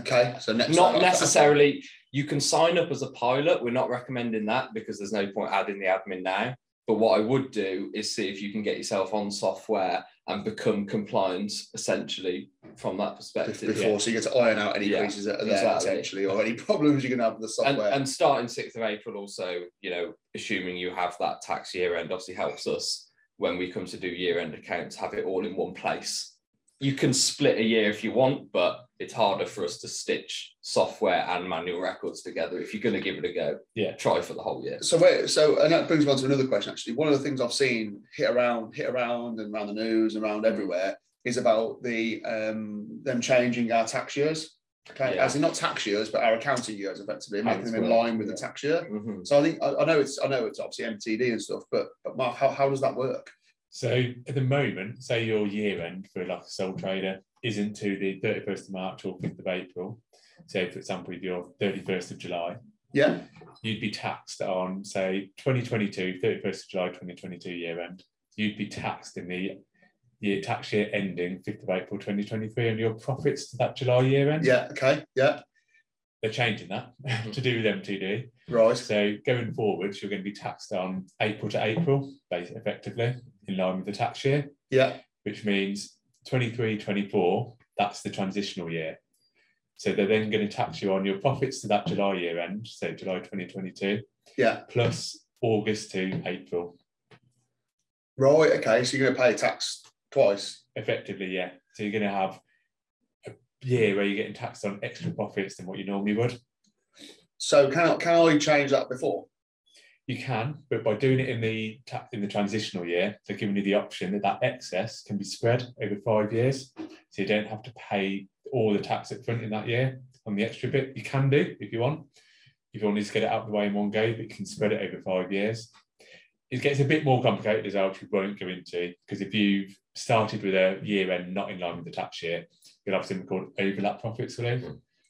okay so next
not
time-
necessarily you can sign up as a pilot we're not recommending that because there's no point adding the admin now but what i would do is see if you can get yourself on software and become compliant essentially from that perspective
before, so you get to iron out any
Yeah,
creases that are there
exactly.
potentially, or any problems you're going to have with the
and,
software.
and starting 6th of april also you know assuming you have that tax year end obviously helps us when we come to do year end accounts have it all in one place you can split a year if you want, but it's harder for us to stitch software and manual records together. If you're going to give it a go,
Yeah.
try for the whole year.
So wait, so and that brings me on to another question. Actually, one of the things I've seen hit around, hit around, and around the news and
Mm.
around everywhere is about the um them changing our tax years. Okay,
Yeah.
as in not tax years, but our accounting years, effectively making
Tax
them in
work,
line with the
yeah.
tax year.
Mhm.
So I think I, I know it's I know it's obviously MTD and stuff, but but Mark, how, how does that work?
So at the moment, say your year end for like a sole trader isn't to the 31st of March or 5th of April. Say, for example, if you're 31st of July,
Yeah,
you'd be taxed on, say, 2022, 31st of July 2022 year end. You'd be taxed in the year tax year ending 5th of April 2023 on your profits to that July year end.
yeah, okay, yeah,
They're changing that to do with MTD.
right,
So going forwards, you're going to be taxed on April to April, basically, effectively, in line with the tax year
yeah,
which means 23, 24, that's the transitional year. So they're then going to tax you on your profits to that July year end, so July 2022,
yeah,
plus August to April.
right, okay. So you're gonna pay tax twice.
Effectively, yeah. So you're going to have a year where you're getting taxed on extra profits than what you normally would.
So can I, can I change that before?
You can, but by doing it in the ta- in the transitional year, they're giving you the option that that excess can be spread over five years, so you don't have to pay all the tax up front in that year on the extra bit. You can do if you want, if you want to get it out of the way in one go, but you can spread it over five years. It gets a bit more complicated as well, which we won't go into, because if you've started with a year end not in line with the tax year, you'll have something called overlap profits relief.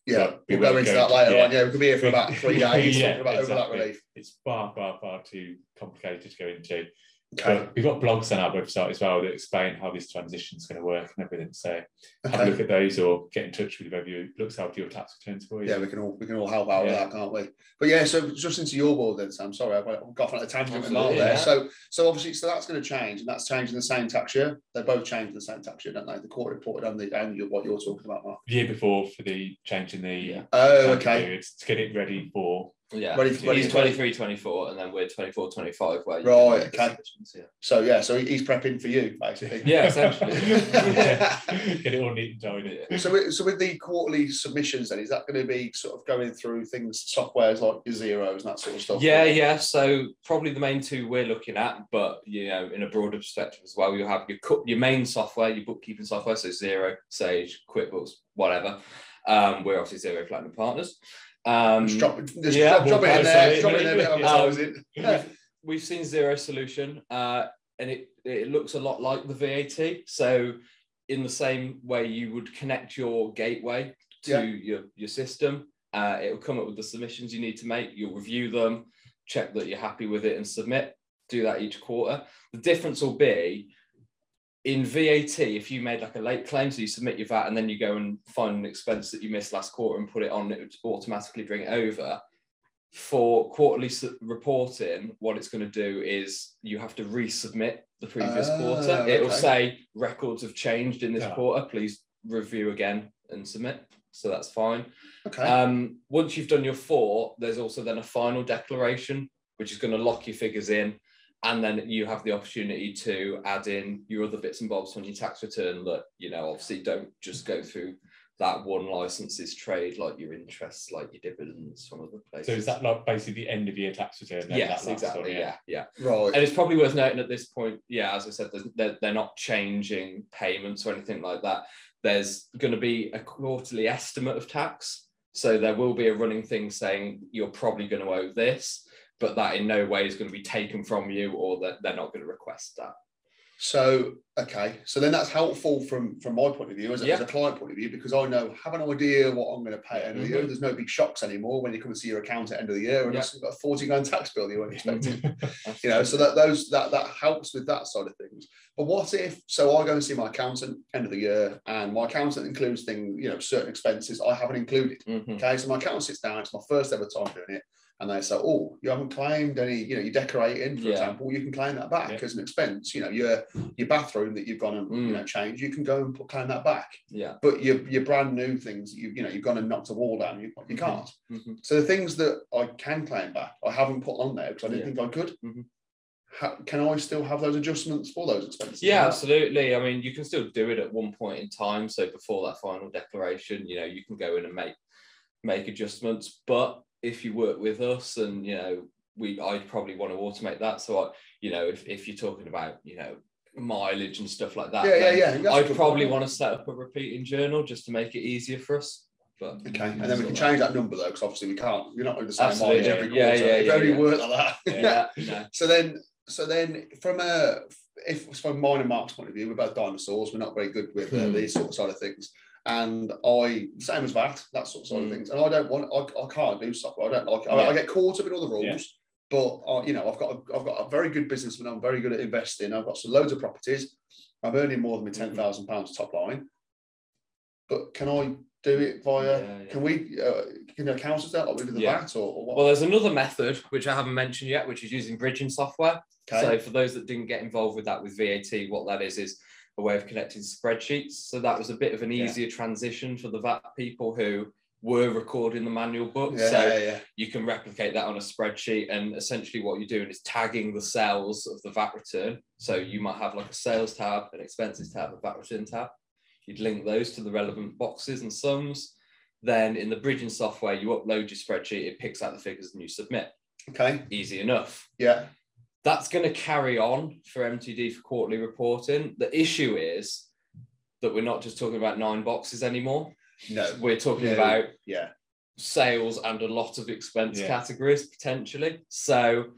Yeah,
we
we'll go
won't
into
go
that later
into-
on. Yeah, we could be here for about three days
Yeah,
talking about overlap
exactly.
relief.
It's far, far, far too complicated to go into.
Okay.
But we've got blogs on our website as well that explain how this transition is going to work and everything. So have a
okay.
look at those or get in touch with whoever you- looks after your tax returns for you.
Yeah, we can all we can all help out with
Yeah.
that, can't we? But yeah, so just into your world then, Sam. Sorry, I've I've got off on a tangent with Mark
Absolutely,
there.
yeah.
So so obviously so that's going to change, and that's changing the same tax year. They both change in the same tax year, don't they? The court reported on the and you- what you're talking about, Mark.
The year before for the change in the
Yeah.
Oh,
tax
okay.
periods to get it ready for.
Yeah.
Ready for-
He's
ready for-
23, 24, and then we're 24, 25. Where you
Right,
can make
okay.
decisions, yeah.
So yeah, so he's prepping for you basically.
Yeah, essentially.
Yeah. Get it all neat and tidy.
Yeah.
So, with, so with the quarterly submissions, then is that going to be sort of going through things, softwares like your zeros and that sort of stuff?
Yeah, yeah. So probably the main two we're looking at, but you know, in a broader perspective as well, you have your co- your main software, your bookkeeping software, so Zero, Sage, QuickBooks, whatever. Um, we're obviously Zero Platinum partners. Um,
Just drop, just
Yeah,
drop, drop it in
well,
there.
so-
Drop it in there. a bit of
Um,
advertising.
we've, we've seen Zero Solution, uh, and it it looks a lot like the VAT. So in the same way you would connect your gateway to
Yeah.
your your system, uh, it will come up with the submissions you need to make. You'll review them, check that you're happy with it, and submit. Do that each quarter. The difference will be in VAT if you made like a late claim, so you submit your VAT and then you go and find an expense that you missed last quarter and put it on, it would automatically bring it over for quarterly s- reporting, what it's going to do is you have to resubmit the previous
Ah,
quarter. It will
okay.
say records have changed in this
Yeah.
quarter. Please review again and submit. So that's fine.
Okay.
Um, once you've done your four, there's also then a final declaration, which is going to lock your figures in. And then you have the opportunity to add in your other bits and bobs on your tax return that, you know, obviously don't just go through that one licenses trade like your interests, like your dividends, some other places.
So is that like basically the end of year tax return? then,
Yes,
that last
exactly.
one,
yeah. yeah,
right.
And it's probably worth noting at this point, yeah, as I said, there's- they're, they're not changing payments or anything like that. There's going to be a quarterly estimate of tax. So there will be a running thing saying you're probably going to owe this, but that in no way is going to be taken from you or that they're not going to request that.
So okay. So then that's helpful from from my point of view as, a- as a
Yeah.
client point of view because I know have an idea what I'm going to pay at the end of the year.
Mhm.
There's no big shocks anymore when you come and see your account at the end of the year and
Yeah.
you've got a forty grand tax bill you weren't expecting. you
Absolutely.
know, so that those that that helps with that side of things. But what if so I go and see my accountant end of the year and my accountant includes things you know certain expenses I haven't included.
Mhm.
Okay, so my accountant sits down, it's my first ever time doing it, and they say, Oh, you haven't claimed any, you know, you're decorating, for
Yeah.
example, you can claim that back
Yeah.
as an expense. You know, your your bathroom that you've gone and you
Mm.
know changed, you can go and put, claim that back.
Yeah.
But your your brand new things, you you know, you've gone and knocked a wall down, you, you
Mhm.
can't.
Mhm.
So the things that I can claim back, I haven't put on there because I didn't think I could.
Mhm.
ha- can I still have those adjustments for those expenses?
Yeah, absolutely. I mean, you can still do it at one point in time. So before that final declaration, you know, you can go in and make make adjustments. But if you work with us, and you know, we, I'd probably want to automate that. So, I, you know, if if you're talking about, you know, mileage and stuff like that,
Yeah, yeah,
then
yeah. That's a
I'd
good
probably
point.
want to set up a repeating journal just to make it easier for us. But
Okay, and then we can change that number though, because obviously we can't. You're not going to the same
Absolutely.
mileage every quarter.
Yeah, yeah,
it
yeah,
only
yeah.
work like that.
yeah, no.
So then, so then, from a if from mine and Mark's point of view, we're both dinosaurs. We're not very good with uh,
Hmm.
these sort of side of things. And I same as that, that sort of side of
Hmm.
things. And I don't want, I, I can't do stuff. I don't like. I,
Yeah.
I get caught up in all the rules.
Yeah.
But I, you know, I've got, a, I've got a very good businessman. I'm very good at investing. I've got some loads of properties. I'm earning more than
Hmm.
my ten thousand pounds top line. But can I do it via?
Yeah, yeah.
Can we? Uh, can the accountants do that? Like we do the
Yeah.
VAT or, or what?
Well, there's another method which I haven't mentioned yet, which is using bridging software.
okay.
So for those that didn't get involved with that with VAT, what that is is a way of connecting spreadsheets. So that was a bit of an
Yeah.
easier transition for the VAT people who were recording the manual book.
yeah,
So
yeah, yeah.
you can replicate that on a spreadsheet. And essentially what you're doing is tagging the cells of the VAT return. So you might have like a sales tab, an expenses tab, a VAT return tab. You'd link those to the relevant boxes and sums. Then in the bridging software, you upload your spreadsheet, it picks out the figures and you submit.
Okay.
Easy enough
Yeah.
that's going to carry on for MTD for quarterly reporting. The issue is that we're not just talking about nine boxes anymore.
No.
We're talking
Yeah.
about
Yeah.
sales and a lot of expense
Yeah.
categories potentially. So,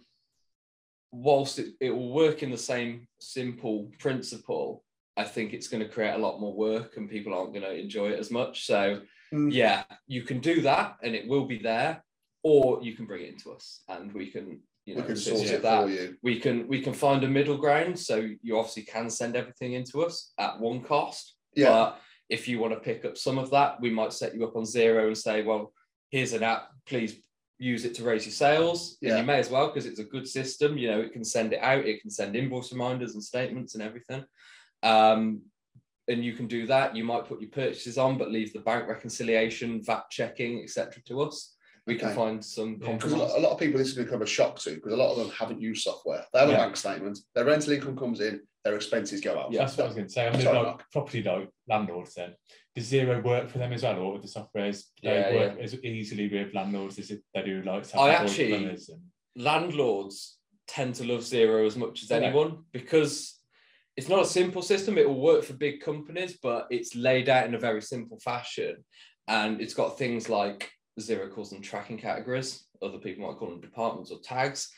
whilst it, it will work in the same simple principle, I think it's going to create a lot more work and people aren't going to enjoy it as much. So,
Mm.
yeah, you can do that and it will be there, or you can bring it into us and we can, you know,
we can
assist
sort
with
it for you.
we can we can find a middle ground so you obviously can send everything into us at one cost
Yeah.
but if you want to pick up some of that we might set you up on zero and say well here's an app please use it to raise your sales
Yeah.
and you may as well because it's a good system you know it can send it out it can send invoice reminders and statements and everything um, and you can do that you might put your purchases on but leave the bank reconciliation vat checking etc to us we can
Okay.
find some
Yeah.
because a
compromise
lot, a lot of people, this is going to become a shock to because a lot of them haven't used software. They have a
Yeah.
bank statement, their rental income comes in, their expenses go out.
Yeah, that's what I was going to say. I'm
Sorry,
like
Mark.
property like landlords then. Does zero work for them as well, or would the software is they
Yeah,
work as easily with landlords as it, they do like
I
self-employed
actually-
plumbers and-
landlords tend to love zero as much as
Yeah.
anyone because it's not a simple system. It will work for big companies, but it's laid out in a very simple fashion. And it's got things like zero calls and tracking categories. Other people might call them departments or tags.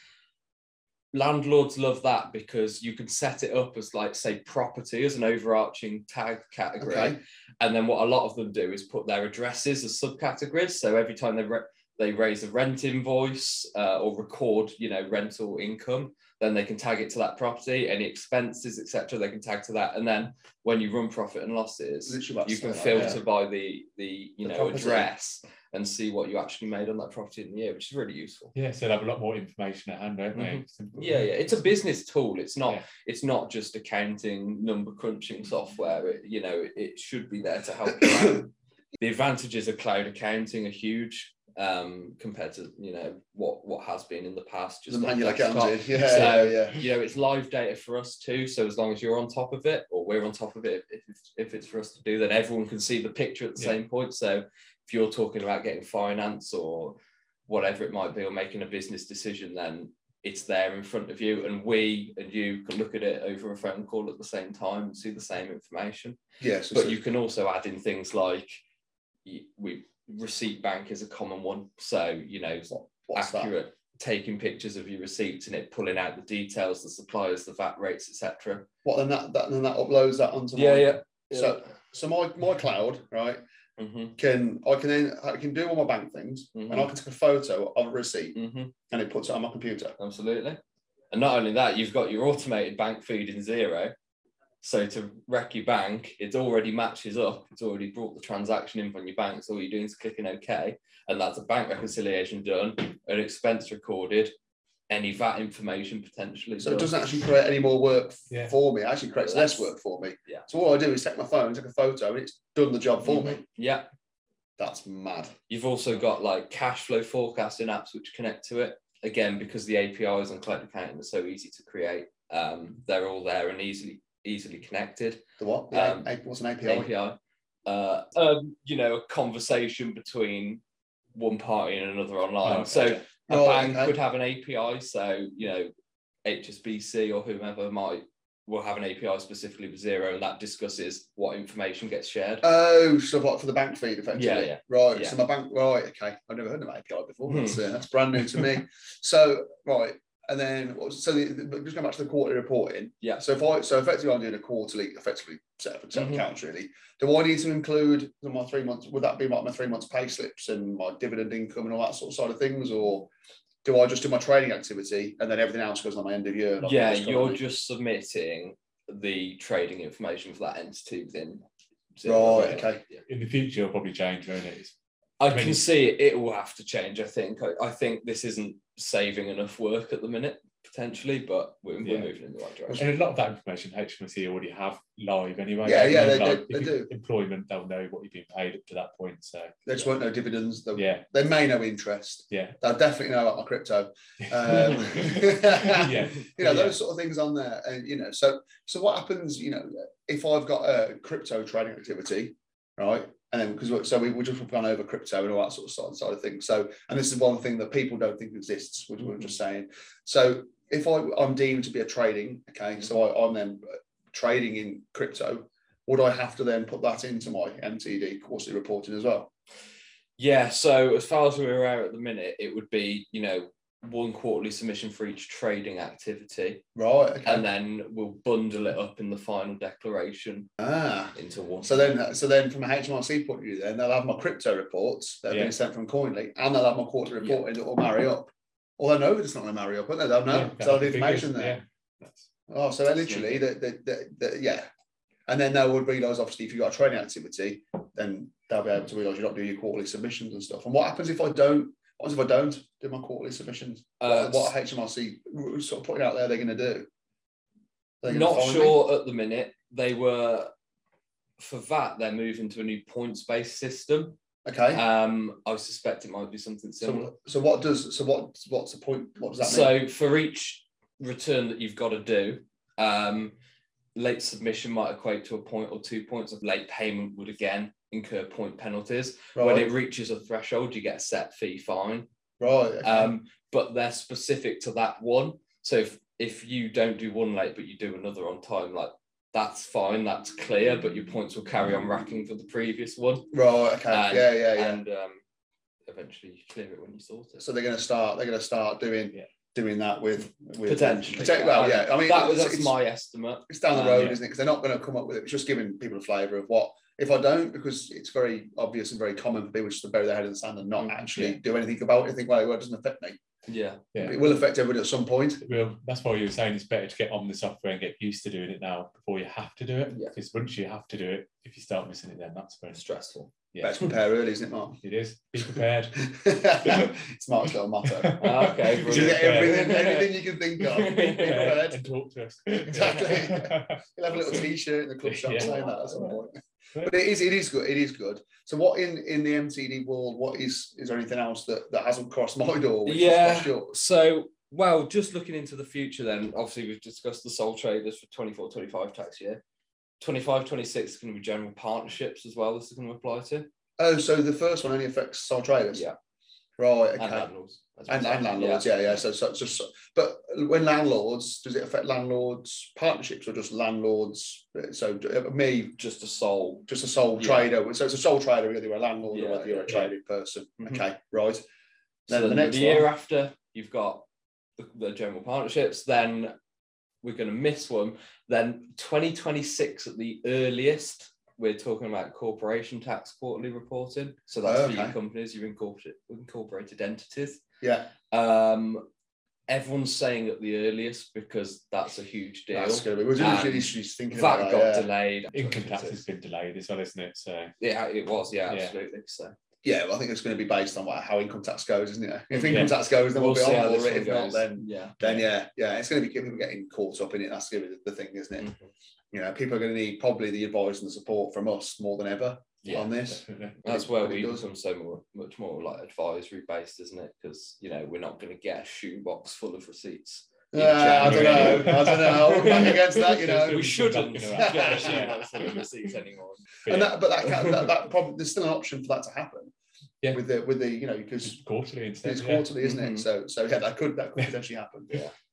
Landlords love that because you can set it up as, like, say, property as an overarching tag category.
Okay.
And then what a lot of them do is put their addresses as subcategories. So every time they re- they raise a rent invoice uh, or record, you know, rental income, then they can tag it to that property. Any expenses, etc., they can tag to that. And then when you run profit and losses,
Literally about to
you
say
can
that,
filter
yeah.
by the the you
The
know
property.
address and see what you actually made on that property in the year, which is really useful.
Yeah, so they have a lot more information at hand, don't
Mm-hmm.
they?
Mhm.
Simple.
Yeah, yeah, it's a business tool. It's not
Yeah.
it's not just accounting number crunching software. It, you know, it should be there to help. you out. the advantages of cloud accounting are huge um, compared to you know what what has been in the past.
The
Just like
manual
desktop.
accounting. Yeah, yeah,
So,
yeah.
you know, it's live data for us too. So as long as you're on top of it, or we're on top of it, if it's, if it's for us to do, then everyone can see the picture at the
Yeah.
same point. So if you're talking about getting finance or whatever it might be, or making a business decision, then it's there in front of you, and we and you can look at it over a phone call at the same time and see the same information.
Yeah, so,
But
so-
you can also add in things like y- we receipt bank is a common one. So you know,
what's that?
accurate taking pictures of your receipts and it pulling out the details, the suppliers, the VAT rates, etc.
What then that, that then that uploads that onto my, So so my my cloud, right,
Mhm,
can I can then I can do all my bank things and I
Mhm.
can take a photo of a receipt
mhm,
and it puts it on my computer.
absolutely. And not only that, you've got your automated bank feed in zero. So to wreck your bank, it already matches up. It's already brought the transaction in from your bank. So all you're doing is clicking OK, and that's a bank reconciliation done, an expense recorded, any VAT information potentially.
So it
done.
doesn't actually create any more work
Yeah.
for me. It actually creates less
That's-
work for me.
yeah. Mm-hmm.
So all I do is take my phone, take a photo, and it's done the job for me.
Yeah,
That's mad.
You've also got like cash flow forecasting apps which connect to it. again because the APIs on cloud accounting are so easy to create. Um, they're all there and easily easily connected.
The what? The
Um,
A- A- what's an API?
API, uh, um, you know, a conversation between one party and another online.
Oh,
so
gotcha.
a
Oh,
bank
okay.
would have an API. So you know, HSBC or whomever might will have an API specifically with Zero, and that discusses what information gets shared.
Oh, so what for the bank feed effectively?
Yeah, yeah.
Right.
Yeah.
So my bank, right, okay. I've never heard of API before.
Hmm.
That's, uh, that's brand new to me. So, right. And then, what- so the, the- just going back to the quarterly reporting.
Yeah.
So if I, so effectively I'm doing a quarterly, effectively set of set of
Mhm.
accounts really. Do I need to include my three months, would that be like my three months pay slips and my dividend income and all that sort of side of things? Or do I just do my trading activity and then everything else goes on my end of year? like
yeah,
this kind of
you're
thing?
just submitting the trading information for that entity within. Zero,
Right,
really.
okay.
In the future, it'll probably change, won't it? It's-
I
I mean-
can see it, it will have to change. I think. I, I think this isn't saving enough work at the minute potentially, but we're, we're
Yeah.
moving in the right direction.
And a lot of that information HMRC already have live anyway.
Yeah, yeah, they do-
Like, if
they
you- Employment, they'll know what you've been paid up to that point. So
They just won't know dividends. They,
yeah,
they may know interest.
yeah,
They'll definitely know about my crypto. Um,
yeah.
you know those sort of things on there and you know so so what happens you know if i've got a crypto trading activity right and then because so we, we just gone over crypto and all that sort of side, side of things so and this is one thing that people don't think exists which we we're just saying so if I, i'm deemed to be a trading okay so I, i'm then trading in crypto would i have to then put that into my mtd quarterly reporting as well
Yeah, so as far as we're aware at the minute, it would be, you know, one quarterly submission for each trading activity,
right okay
and then we'll bundle it up in the final declaration
ah
into one.
So then, so then, from a HMRC point of view, then they'll have my crypto reports that have
Yeah.
been sent from Coinly, and they'll have my quarterly reporting that will marry up. Although no, it's not going to marry up, but they don't know.
Yeah,
so the
that'd be
information
good,
there.
yeah. That's-
Oh, so
That's
literally, that, that, that, that- yeah. And then they would realise, obviously, if you've got a trading activity, then they'll be able to realise you don't do your quarterly submissions and stuff. And what happens if I don't? What happens if I don't do my quarterly submissions?
Uh,
what, what HMRC r- sort of putting out there they're going to do? They're gonna
not
fine me?
sure at the minute. They were for that they're moving to a new points-based system.
Okay.
Um, I suspect it might be something similar.
so, so what does so what what's the point? What does that mean?
So for each return that you've got to do, um, late submission might equate to a point or two points. Of late payment would again incur point penalties. When it reaches a threshold, you get a set fee fine.
Right. okay.
Um, but they're specific to that one. So if if you don't do one late but you do another on time, like that's fine, that's clear. But your points will carry on racking for the previous one,
right. Okay.
and-
yeah. Yeah. Yeah.
and um, eventually you clear it when you sort it.
so they're going to start. They're going to start doing
Yeah.
doing that with, with
Potentially,
Potent-
yeah.
well, yeah. I mean,
that was
it's,
that's
it's-
my estimate.
it's down the
um,
road,
yeah.
isn't it? Because they're not going to come up with it. It's just giving people a flavour of what. If I don't, because it's very obvious and very common for people just to bury their head in the sand and not
Mm,
actually
yeah.
do anything about it. Think, well, well, it doesn't affect me.
Yeah.
Yeah.
It will affect everybody at some point.
Well, that's why you were saying it's better to get on the software and get used to doing it now before you have to do it.
Yeah.
Because once you have to do it, if you start missing it, then that's when
stressful.
yeah,
Let's prepare early, isn't it, Mark?
it is. Be prepared.
it's Mark's little motto.
Okay,
You
brilliant.
should get everything,
Yeah.
anything you can think of. Be
Yeah,
prepared.
and talk to us.
Exactly. You'll have a little T-shirt in the club shop
Yeah.
saying that at some point. But it is, it is good. It is good. So, what in in the MTD world? What is is there anything else that that hasn't crossed my door? Which
Yeah.
Has crossed yours?
So, well, just looking into the future, then obviously we've discussed the sole traders for 24 25 tax year. 25 26 is going to be general partnerships as well. This is going to apply to
Oh, so the first one only affects sole traders.
Yeah.
Right.
and
Okay.
landlords. as we
And,
said.
and landlords, yeah, yeah. So, so it's just, so- but when landlords, does it affect landlords partnerships or just landlords? So uh, me,
Just a sole.
just a sole
Yeah.
trader. So it's a sole trader, whether you're a landlord
Yeah,
or whether you're a
yeah, yeah.
trading person.
Mhm.
Okay, right. Then
so
the
the,
next
year
one.
after, you've got the, the general partnerships. Then we're going to miss one. Then 2026 at the earliest. We're talking about corporation tax quarterly reporting. So that's for
Okay.
your companies, your incorporated, incorporated entities.
Yeah,
Um, everyone's saying at the earliest because that's a huge deal.
that's going to be. We're
And
literally just thinking
that
about
got
that. yeah.
delayed.
Income tax has been delayed as well, isn't it? So
Yeah, it was. Yeah,
Yeah.
absolutely. So
Yeah, well, I think it's going to be based on what, how income tax goes, isn't it? If
Mm.
income
Yeah.
tax goes, then we'll, be on for it. If
one
not,
goes.
then
yeah.
then yeah, yeah, it's going to be people getting caught up in it. That's going to be the thing, isn't it?
Mhm.
You know, people are going to need probably the advice and the support from us more than ever on this.
definitely.
That's where
But it
we
does-
become so more, much more like advisory based, isn't it? Because you know we're not going to get a shoebox full of receipts. in
Yeah, I don't
January.
know. I don't know. I'm back against that, you know.
Uh, We shouldn't
Yeah.
get a shoebox full of receipts anymore.
But
And
yeah,
that, but that, can, that, that problem, there's still an option for that to happen.
Yeah.
With the, with the, you know, because
it's quarterly instead.
it's
yeah.
quarterly, isn't
Mhm.
it? So, so yeah, that could that could potentially happen.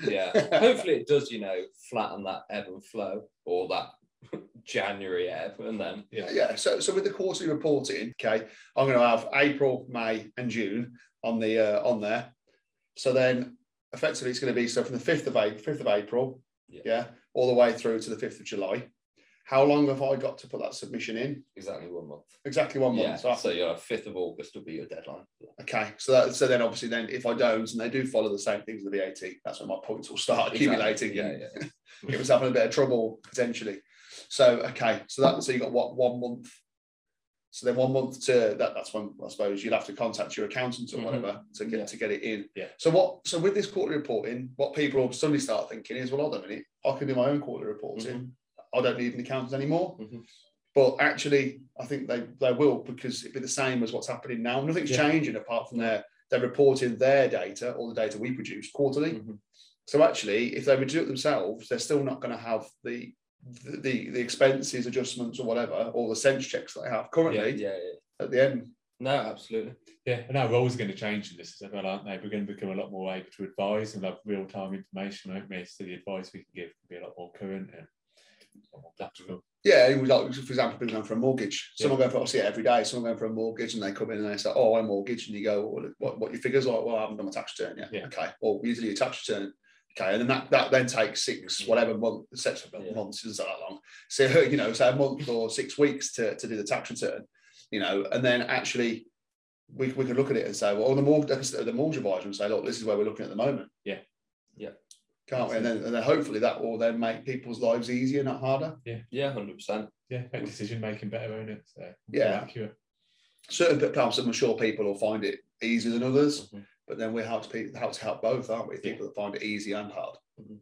Yeah, hopefully it does. You know, flatten that ebb and flow or that January ebb, and then
Yeah. So, so with the quarterly reporting, okay, I'm going to have April, May, and June on the uh, on there. So then, effectively, it's going to be so from the fifth of April, fifth of April,
Yeah.
yeah. all the way through to the fifth of July. How long have I got to put that submission in?
exactly one month.
Exactly one month.
Yeah,
So I-
so your fifth of August will be your deadline.
Okay, so that, so then obviously then if I don't and they do follow the same things as the VAT, that's when my points will start accumulating.
Exactly,
and
Yeah, yeah.
It was having a bit of trouble potentially. So okay, so that so you got what one month. So then one month to that that's when I suppose you'd have to contact your accountant or
Mhm.
whatever to get
Yeah.
to get it in.
Mm-hmm. Yeah.
So what so with this quarterly reporting, what people will suddenly start thinking is, well, hold on a minute, I can do my own quarterly reporting.
Mm-hmm.
I don't need an accountant anymore.
Mhm.
But actually, I think they, they will because it'd be the same as what's happening now. Nothing's
Yeah.
changing apart from their they're reporting their data or the data we produce quarterly.
Mhm.
So actually, if they would do it themselves, they're still not going to have the the the expenses adjustments or whatever or the sense checks that they have
yeah,
currently
yeah, yeah.
at the end.
No, absolutely.
Yeah, and our roles are going to change in this as well, aren't they? We're going to become a lot more able to advise and have real time information, aren't we? So the advice we can give can be a lot more current and a lot more practical.
Yeah, it was like, for example, people going for a mortgage.
Yeah.
Someone going for, I see it every day, someone going for a mortgage and they come in and they say, oh, I'm mortgage. And you go, well, what, what are your figures like? Well, I haven't done my tax return yet.
Yeah.
Okay. Well, usually your tax return. Okay. And then that, that then takes six, whatever month, six
Yeah.
months isn't that long. So, you know, so a month or six weeks to, to do the tax return, you know, and then actually we, we could look at it and say, well, the mortgage, the mortgage advisor and say, look, this is where we're looking at the moment.
Yeah.
Yeah.
Can't we? And then, and then hopefully that will then make people's lives easier, not harder.
Yeah, hundred percent.
Yeah, make decision making better, on it? So more
Yeah.
accurate.
certain bit- perhaps I'm sure people will find it easier than others, but then we're how to pe- how to help both, aren't we?
Yeah.
People that find it easy and hard.
Mhm.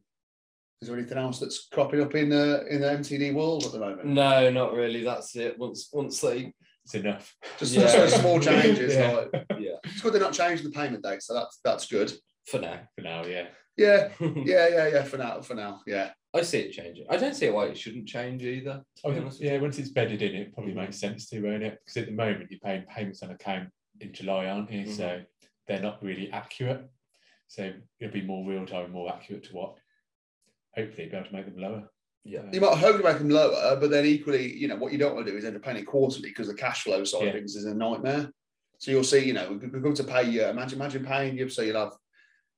Is there anything else that's cropping up in the in the MTD world at the moment?
No, not really. That's it. Once, once they,
It's enough.
Just,
Yeah.
just those small changes.
Yeah.
Like,
yeah,
it's good they're not changing the payment date, so that's that's good.
for now.
For now, yeah.
Yeah,
Mm.
yeah, yeah, yeah. For now, for now, yeah.
I see it changing. I don't see why it shouldn't change either. To
Oh,
be honest, with
yeah, once it's bedded in, it probably makes sense to, won't it? Because at the moment, you're paying payments on account in July, aren't you? So they're not really accurate. So it'll be more real time, more accurate to what hopefully be able to make them lower.
you. yeah.
You might hope you make them lower, but then equally, you know, what you don't want to do is end up paying it quarterly because the cash flow side
Yeah.
of things is a nightmare. So you'll see, you know, we- we're going to pay you. Imagine, imagine paying you. So you'll have,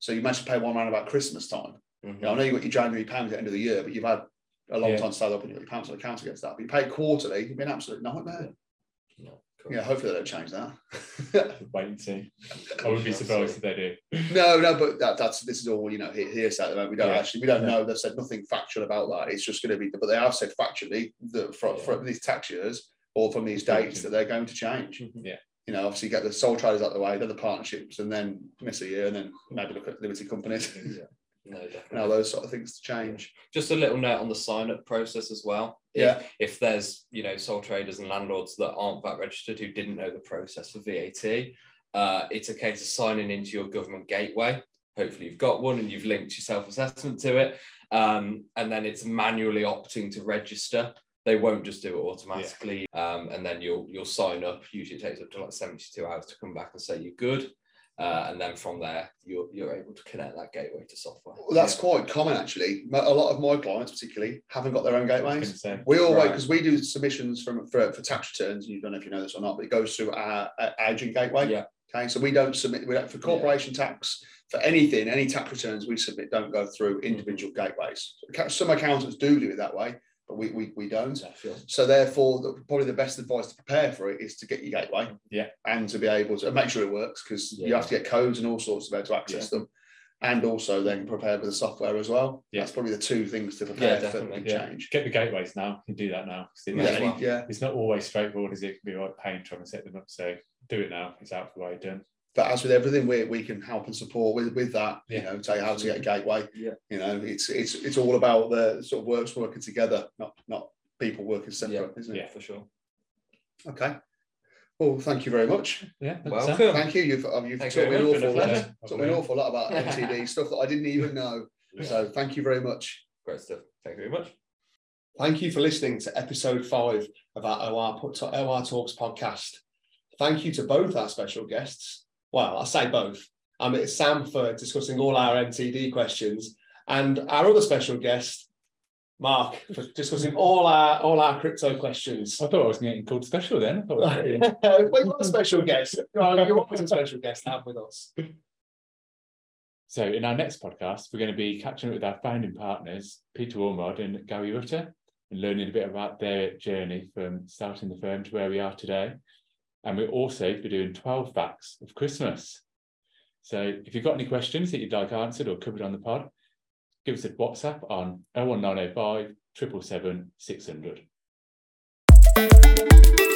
so you imagine pay one round about Christmas time.
Mhm.
You know, I know you got your January payments at the end of the year, but you've had a long
Yeah.
time started up and you've got your pounds on account against that. But you pay quarterly, you've been an absolute nightmare.
No, cool.
Yeah, hopefully they don't change that.
Wait and see. I would be surprised if they do.
no, no, but that, that's this is all you know he- hearsay at the moment. We don't
Yeah.
actually we don't
Yeah.
know. They've said nothing factual about that. It's just going to be, but they have said factually that from,
Yeah.
from these tax years or from these
Yeah.
dates that they're going to change.
Mhm.
Yeah.
You know, obviously get the sole traders out the way, then the partnerships, and then miss a year, and then maybe look at limited companies
Yeah. No, definitely.
and all those sort of things to change.
Just a little note on the sign up process as well. If-
Yeah.
If there's, you know, sole traders and landlords that aren't VAT registered who didn't know the process for VAT, uh, it's a case of signing into your government gateway. Hopefully you've got one and you've linked your self assessment to it. Um, and then it's manually opting to register. They won't just do it automatically. Um, and then you'll you'll sign up. Usually it takes up to like 72 hours to come back and say you're good. Uh, and then from there, you're, you're able to connect that gateway to software.
Well, that's quite common actually. Mo- A lot of my clients, particularly, haven't got their own
I was gonna
gateways.
say,
We all wait
Right.
because we do submissions from for, for tax returns. You don't know if you know this or not, but it goes through our, our agent gateway.
Yeah.
Okay, so we don't submit we don't, for corporation tax for anything, any tax returns we submit don't go through individual gateways. Ca- Some accountants do do it that way, but we we, we don't.
Sure.
So therefore, the, probably the best advice to prepare for it is to get your gateway,
Yeah.
and to be able to and make sure it works because you
Yeah.
have to get codes and all sorts to be able to access them, and also then prepare for the software as well.
Yeah.
That's probably the two things to prepare for
definitely,
big
yeah.
change.
Get the gateways now. You can do that now. 'cause it-
Yeah.
Yeah,
well.
yeah,
It's not always straightforward as it can be like pain trying to set them up. So do it now. It's out the way done.
but as with everything, we, we can help and support with with that.
Yeah.
You know, tell you how to get a gateway.
Yeah.
You know, it's it's it's all about the sort of works working together, not not people working separate, isn't it?
Yeah.
for sure.
Okay. Well, thank you very much.
Yeah. that's
Welcome.
that.
Thank you. You've um, you've
Thanks
taught me
very
an
much. Been a
awful lot.
pleasure.
Taught me an awful lot about MTD stuff that I didn't even know.
Yeah.
So thank you very much.
Great stuff. Thank you very much.
Thank you for listening to episode five of our OR, Po- OR Talks podcast. Thank you to both our special guests. Well, I say both. Um, it's Sam for discussing all our MTD questions, and our other special guest, Mark, for discussing all our all our crypto questions.
I thought I was getting called special then. I thought I was getting-
We've got a special guest. Well, You're always a special guest to have with us.
So, in our next podcast, we're going to be catching up with our founding partners, Peter Ormod and Gary Rutter, and learning a bit about their journey from starting the firm to where we are today. And we're also be doing 12 facts of Christmas. So, if you've got any questions that you'd like answered or covered on the pod, give us a WhatsApp oh on 01905 777 600.